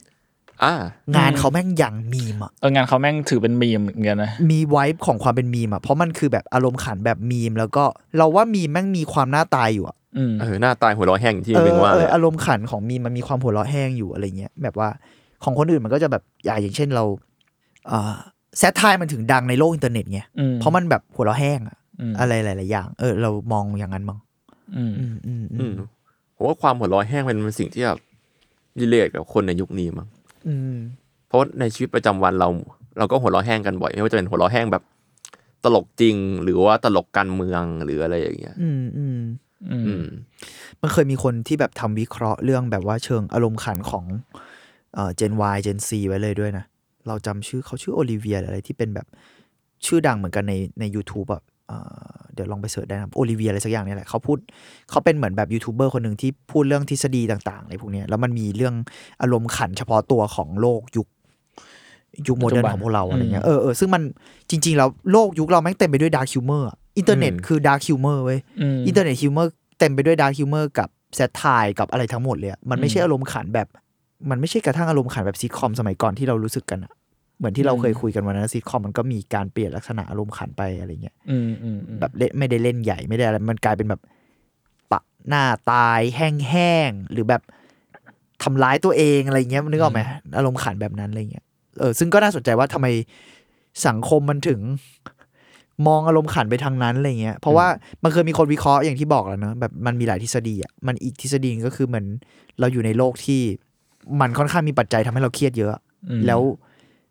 C: อ่ะ
D: งานเขาแม่งอย่างมีมอ่ะ
B: เอองานเขาแม่งถือเป็นมีมเหมือนกันนะ
D: มีไวท์ของความเป็นมีมอ่ะ เพราะมันคือแบบอารมณ์ขันแบบมีม แล้วก็เราว่ามีมแม่งมีความหน้าตายอยู่อ่ะ
B: อืม
C: เออหน้าตายหัวเราะแห้งที่
D: เออ
C: เป็นว่า
D: เอ
C: เลย
D: อ
C: อะ
D: อารมณ์ขันของมีมมันมีความหัวเราะแห้งอยู่อะไรเงี้ยแบบว่าของคนอื่นมันก็จะแบบอย่าอย่างเช่นเราอ่าแซทไทมันถึงดังในโลกอินเทอร์เน็ตไง
B: อืม
D: เพราะมันแบบหัวเราะแห้งอะ
B: อืม
D: อะไรหลาย ๆ อย่าง เออเรามองอย่างนั้นมั้ง
B: อืม
D: อืมอืมอื
C: อื
D: ม
C: มผมว่าความหัวเราะแห้งมันเป็นสิ่งที่แบบรีเลทกับคนในยุคนี้มั้ง
D: อืม
C: เพราะในชีวิตประจำวันเรา เราก็หัวเราะแห้งกันบ่อยไม่ว่าจะเป็นหัวเราะแห้งแบบ ตลกจริง หรือว่าตลกการเมืองหรืออะไรอย่างเงี้ย
D: อืมอืม
B: อื
C: อื
B: ม
C: ม
D: มันเคยมีคนที่แบบทำวิเคราะห์เรื่องแบบว่าเชิงอารมณ์ขันของเจน Y เจน C ไว้เลยด้วยนะ เราจำชื่อเขาชื่อโอลิเวียอะไรที่เป็นแบบชื่อดังเหมือนกันในใน u t u b e อ่ะเอ่อเดี๋ยวลองไปเสิร์ชได้นะโอลิเวียอะไรสักอย่างเนี่ยแหละเขาพูดเขาเป็นเหมือนแบบยูทูบเบอร์คนหนึ่งที่พูดเรื่องทฤษฎีต่างๆอะไรพวกเนี้ยแล้วมันมีเรื่องอารมณ์ขันเฉพาะตัวของโลกยุคยุคโมเดิร์นของพวกเราอะไรเงี้ย
B: อืม
D: เออเออซึ่งมันจริง ๆ แล้วโลกยุคเราแม่งเต็มไปด้วยดาร์คิวเมอร์อินเทอร์เน็ต
C: อืม
D: คือดาร์คิวเมอร์เว้ย
B: อืม
D: อินเทอร์เน็ตฮิวเมอร์เต็มไปด้วยดาร์ h ฮิวเมอร์กับแซทไทกับอะไรทั้งหมดเลยอะมันไม่ใช่
B: อืม
D: อารมณ์ขันแบบ มันไม่ใช่กระทั่งอารมณ์ขันแบบซีคอมสมัยก่อนที่เรารู้สึกกันอะเหมือนที่เรา
B: อืม
D: เคยคุยกันวันนั้นซีคอมมันก็มีการเปลี่ยนลักษณะอารมณ์ขันไปอะไรเงี้ย
B: อืมอืมอืม
D: แบบเล่นไม่ได้เล่นใหญ่ไม่ได้อะไรมันกลายเป็นแบบปะหน้าตายแห้งๆหรือแบบทำร้ายตัวเองอะไรเงี้ยนึกออกไหมอารมณ์ขันแบบนั้นอะไรเงี้ยเออซึ่งก็น่าสนใจว่าทำไมสังคมมันถึง มองอารมณ์ขันไปทางนั้นอะไรเงี้ย เพราะว่ามันเคยมีคนวิเคราะห์อย่างที่บอกแล้วเนอะแบบมันมีหลายทฤษฎีอ่ะ มันอีกทฤษฎีหนึงก็คือเหมือนเราอยู่ในโลกที่มันค่อนข้างมีปัจจัยทำให้เราเครียดเยอะ
B: อืม
D: แล้ว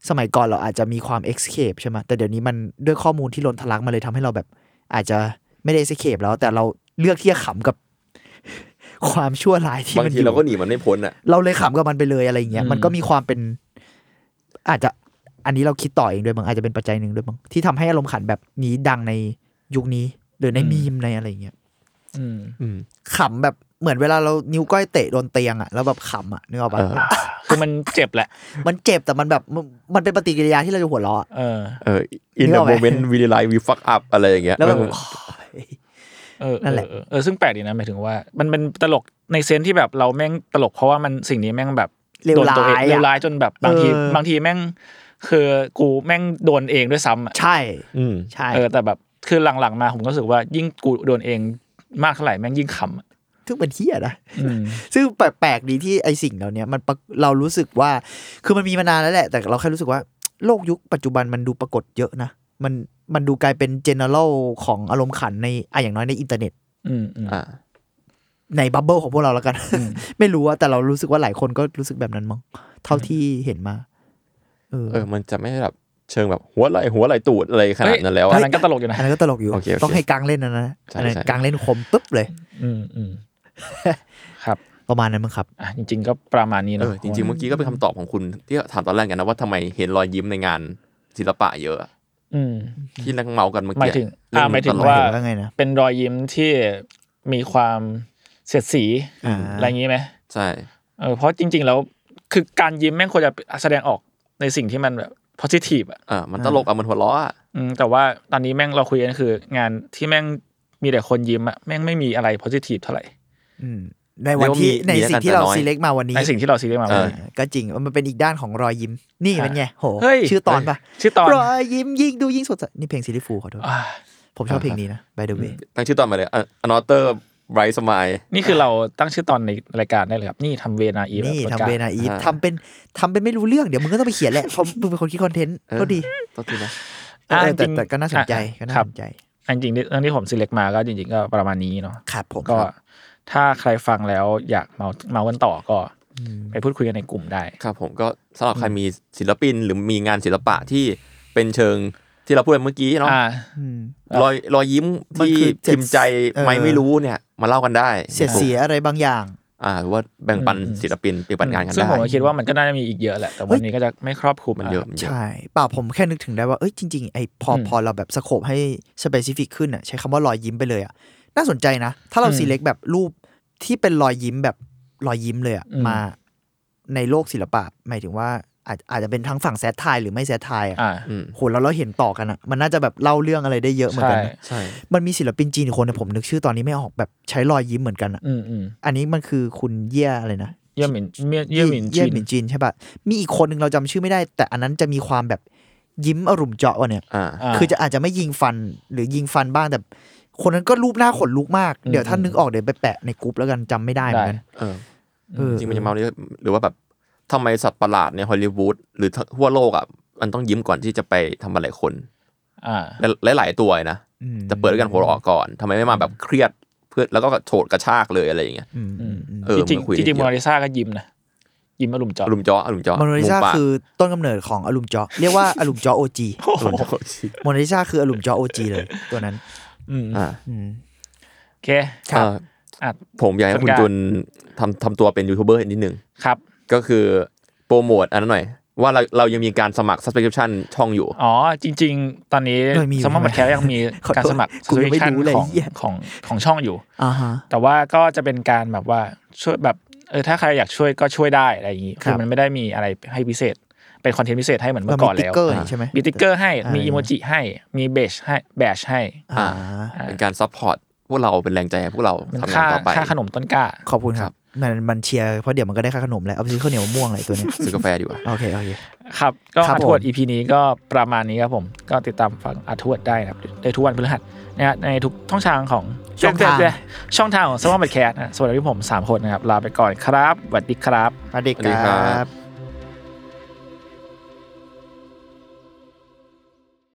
D: สมัยก่อนเราอาจจะมีความ escape ใช่ไหมแต่เดี๋ยวนี้มันด้วยข้อมูลที่ล้นทะลักมันเลยทำให้เราแบบ อาจจะไม่ได้ escape แล้ว แต่เราเลือกที่จะขำกับ ความชั่วร้ายที่
C: บาง
D: มัน
C: ที
D: อยู่
C: เราก็หนีมันไม่พ้นอ่ะ
D: เราเลยขำกับมันไปเลยอะไรอย่างเงี้ย
B: อืม
D: มันก็มีความเป็น อาจจะอันนี้เราคิดต่อเองด้วยมั้งอาจจะเป็นปัจจัยหนึ่งด้วยมั้งที่ทำให้อารมณ์ขันแบบนี้ดังในยุคนี้ หรือในมีมในอะไรอย่างเงี้ย
B: อืม
C: อืม
D: ขำแบบเหมือนเวลาเรานิ้วก้อยเตะโดนเตียงอะแล้วแบบขำอะนึกออกปะ
C: เออ
B: คือมันเจ็บแหละ
D: มันเจ็บแต่มันแบบมันมันเป็นปฏิกิริยาที่เราจะหัวเราะอะ
B: เออ
C: เออ in
D: นึกอ
C: the
D: อกไหม
C: moment we realize we fuck up อะไรอย่างเงี้ย
D: แล้วแบบ
C: เออ
B: เออ
D: นั่นแหละ
B: เออเออซึ่งแปลกดีนะหมายถึงว่า มันเป็นตลกในเซนส์ที่แบบเราแม่งตลกเพราะว่ามันสิ่งนี้แม่งแบบ
D: เลว
B: โดนตัวเอง
D: ร้าย
B: เลว
D: อะ
B: ร้ายจนแบบบางที
D: เออ
B: บางทีแม่ง คือกูแม่งโดนเองด้วยซ้ำอะ
D: ใช่
C: อืม
D: ใช่
B: เออแต่แบบคือหลังๆมาผมก็รู้สึกว่ายิ่งกูโดนเองมากเท่าไหร่แม่งยิ่งขำอะ
D: ซึ่งเป็นเฮียนะ
B: อืม
D: ซึ่งแปลกๆดีที่ไอสิ่งเหล่าเนี้ยมันปะเรารู้สึกว่า คือมันมีมานานแล้วแหละ แต่เราแค่รู้สึกว่า โลกยุคปัจจุบันมันดูปรากฏเยอะนะ มันมันดูกลายเป็น general ของอารมณ์ขันในอะอย่างน้อยในอินเทอร์เน็ต
B: อืมอืม
C: อ่า
D: ในบับเบิลของพวกเราแล้วกัน ไม่รู้ว่าแต่เรารู้สึกว่าหลายคนก็รู้สึกแบบนั้นมั้งเท่าที่เห็นมาเออ
C: เออ มันจะไม่แบบเชิงแบบหัวไหลหัวไหลตูดอะไรขนาดนั้นแล้ว
B: อั
C: อะ
B: นนั้นก็ตลกอยู่นะ
D: อันนั้นก็ตลกอยู่
C: โอเคโอเค
D: ต้องให้กลางเล่นนะนะ
C: ใช่
D: อันนั้น
C: ใช่
D: กลางเล่นคมปุ๊บเลย
B: อืมอืมครับ
D: ประมาณนั้นมั้งครับ
B: อ่ะจริง ๆ ก็ประมาณนี้
C: เอ
B: เนาะ
C: อจริงๆเมื่อกี้ก็เป็นคำตอบของคุณที่ถามตอนแรกกันนะว่าทำไมเห็นรอยยิ้มในงานศิลปะเยอะ
B: อืม
C: ที่นั่งเมากันเมื่อ
B: หมา
C: กี้
B: ยถึง
C: เรื่
B: อ่าหมายถึง
C: ตลก
B: ว่า
D: เห็นว่าไงนะ
B: เป็นรอยยิ้มที่มีความเสียดสี
D: อ่า
B: อะไรอย่างนี้ไหม
C: ใช่
B: เออเพราะจริง ๆ แล้วคือการยิ้มแม่งควรจะแสดงออกในสิ่งที่มันแบบ positive อ่ะ
C: เออมันตลกอ่ะมันหัวเราะอ่ะ
B: อืมแต่ว่าตอนนี้แม่งเราคุยกันคือ งานที่แม่งมีแต่คนยิ้มอ่ะแม่งไม่มีอะไร positive เท่าไหร่
D: อืมในวันที่ในสิ่งที่เราซีเล็กมาวันนี้
B: ในสิ่งที่เราซีเรียสมาวันนี้
D: อ่าก็จริงมันเป็นอีกด้านของรอยยิ้ม นี่
B: ฮะ
D: เป็นไงโห
B: เฮ้ย
D: ชื่อตอนปะ
B: ชื่อตอน
D: รอยยิ้มยิ่งดูยิ่งสดใสนี่เพลงซีรีส์ฟูลขอโทษ
B: อ่า
D: ผมชอบเพลงนี้นะ by the way
C: ตั้งชื่อตอนมาเลยอันอเตอร์ไบรท์สมาย
B: นี่คือเราตั้งชื่อตอนในรายการได้เลยครับนี่ทำเวนาอีแบบ
D: นี่
B: ประ
D: ทำ
B: กาศ
D: เวนาอีฟทำเป็นทำเป็นไม่รู้เรื่องเดี๋ยวมึงก็ต้องไปเขียนแหละเพราะมึงเป็นคนคิดคอนเทนต์ก็ดี
C: ตัวทีนะ
D: เออแต่แต่ก็น่าสนใจก็
B: อ่ะ
D: น่า
B: ครับ
D: สนใจ
B: อันจริงๆเรื่องที่ผมซีเล็กมาก็จริง ๆ ก็ประมาณนี้เนาะ
D: ครับผม
B: ก็
D: ครับ
B: ถ้าใครฟังแล้วอยากเมาเมากันต่อก็ไปพูดคุยกันในกลุ่มได้
C: ครับผมก็สำหรับใครมีศิลปินหรือมีงานศิลปะที่เป็นเชิงที่เราพูดไปเมื่อกี้เนาะ
B: อ่า
D: อืม
C: รอยรอยยิ้ม
D: มัน
C: ที่
D: คือเจ็ด
C: พิมพ์ใจ
D: เออ
C: ไม่ไม่รู้เนี่ย มาเล่ากันได้
D: เสียดสีอะไรบางอย่าง
C: อ่าหรือว่าแบ่งปัน
B: อืม
C: ศิลปินแบ่งปันงานกัน
B: ซึ่ง
C: ได้
B: ผมก็คิดว่ามันก็น่าจะมีอีกเยอะแหละ แต่วันนี้ก็จะไม่ครอบคลุม
C: มันเยอะมันเยอะ
D: ใช่ เปล่าผมแค่นึกถึงได้ว่า เอ้ยจริง ๆ ไอ้พอพอเราแบบสโคบให้สเปซิฟิกขึ้นอ่ะใช้คำว่ารอยยิ้มไปเลยอ่ะน่าสนใจนะ ถ้าเราซีเล็กแบบรูปที่เป็นรอยยิ้มแบบรอยยิ้มเลยอ่ะมาในโลกศิลปะ หมายถึงว่าอาจอาจจะเป็นทั้งฝั่งแซทไทยหรือไม่แซทไทยอ่ะ
B: อ่า
C: อืม
D: โหแล้วเราเห็นต่อกันอ่ะ มันน่าจะแบบเล่าเรื่องอะไรได้เยอะเหมือน
B: ใช่
D: กันนะ
C: ใช่
D: มันมีศิลปินจีนอีกคนนะผมนึกชื่อตอนนี้ไม่ออกแบบใช้รอยยิ้มเหมือนกันอ่ะ
B: อืมอืม
D: อันนี้มันคือคุณเย่ยอะไรนะ
B: เยี่ยมหมินเยี่ยมเยี่ยมหมิน
D: เยี่ยมห
B: ชิ
D: มิ
B: น
D: นจีนใช่ปะมีอีกคนหนึ่งเราจำชื่อไม่ได้ แต่อันนั้นจะมีความแบบยิ้มอารมณ์เจาะวะเนี่ย
C: อ่า
B: า
D: คือจะอาจจะไม่ยิงฟันหรือยิงฟันบ้างแต่ คนนั้นก็รูปหน้าขนลุกมาก
B: อืม
D: เดี๋ยวถ้านึกออกเดี๋ยวไปแปะในกรุ๊ปแล้วกันจำไม่ได้เหมือนกัน
C: เออ
D: เออ
C: จริงมันจะมาเรื่องหรือว่าแบบทำไมสัตว์ประหลาดในฮอลลีวูดหรือทั่วโลกอ่ะมันต้องยิ้มก่อนที่จะไปทำอะไรคน
B: อ่า
C: หลายหลายๆตัวนะ
D: อืม
C: จะเปิดด้วยกันหัวเราะก่อนทำไมไม่มาแบบเครียดเพื่อแล้วก็โฉดกระชากเลยอะไรอย่างเงี้ย
D: อืมอืมอืม
C: เออ
B: จริง
C: มันคุย
B: ๆจริงๆโมนา
C: เยอะ
B: ลิซาก็ยิ้มนะ ยิ้มอารมณ์เจาะ
C: อลุมเจาะอลุมเจาะ
D: มอนาลิซา
C: มุมปก
D: คือต้นกำเนิดของอลูมเจาะเรียกว่าอลูมเจาะโอจี
C: อลุมเจาะโอชิ
D: มอนาลิซาคืออลูมเจาะโอจีเลย ตัวนั้น
B: อืม
C: อ่า
D: อืม
B: โอเค
D: ครับ
C: เอ่อ
B: อ่ะ
C: ผมอยากให้คุณ
B: จัดการ
C: จุนทำทำตัวเป็นยูทูบเบอร์นิดนึง
B: ครับ
C: ก็คือโปรโมทอันนั้นหน่อย ว่าเราเรายังมีการสมัคร subscription ช่องอยู่
B: อ๋อ จริง ๆ ตอนนี้
D: เออมีอยู่
B: สมมติบัตร
D: ใช่ไหม
B: แคสยังมี
D: ขอโทษ
B: การสมัคร
D: กูยังไม่
B: subscription
D: รู้เลย
B: ของ
D: เหี้ย
B: ของของช่องอยู่
D: อ่าฮะ
B: แต่ว่าก็จะเป็นการแบบว่าช่วยแบบเออถ้าใครอยากช่วยก็ช่วยได้อะไรอย่างนี้
D: ครั
B: คือบ มันไม่ได้มีอะไรให้พิเศษ เป็นคอนเทนต์พิเศษให้เหมือนเมื่อก่อนแล้ว
D: เรามีติ๊กเกอร์ให้ใช่ไหม
B: มีติ๊กเกอร์ให้มี
D: อ่า
B: อีโมจิให้มีเบชให้แบชให้
D: อ่า
B: อ่า
C: เป็นการ support พวกเราเป็นแรงใจให้พวกเรา
B: มัน
C: ทำงาน
B: ค่า
C: ต่อไป
B: ค่าขนมต้นกล้า
D: ขอบคุณครับ มันมันเชียร์เพราะเดี๋ยวมันก็ได้ค่าขนมแล้ว เอาไปซื้อข้าวเหนียวมะม่วงอะไรตัวเนี้ย
C: ซื้อกาแฟดีกว่า
D: โอเค โอเค
B: ครับก็
D: ครับ
B: อาทวด
D: ผม
B: EP นี้ก็ประมาณนี้ครับผม ก็ติดตามฟังอาทวดได้นะครับในทุกวันพฤหัสนะฮะในทุกช่องทางของ
D: ช่องทาง
B: เดี๋ยวๆช่องทางของสมอลแคสนะส่วนเราที่ผม 3 คนนะครับ ลาไปก่อนครับสวัสดีครับ
D: สวัสดี
C: สวัสดีค
D: ค
C: รั
D: รับ บ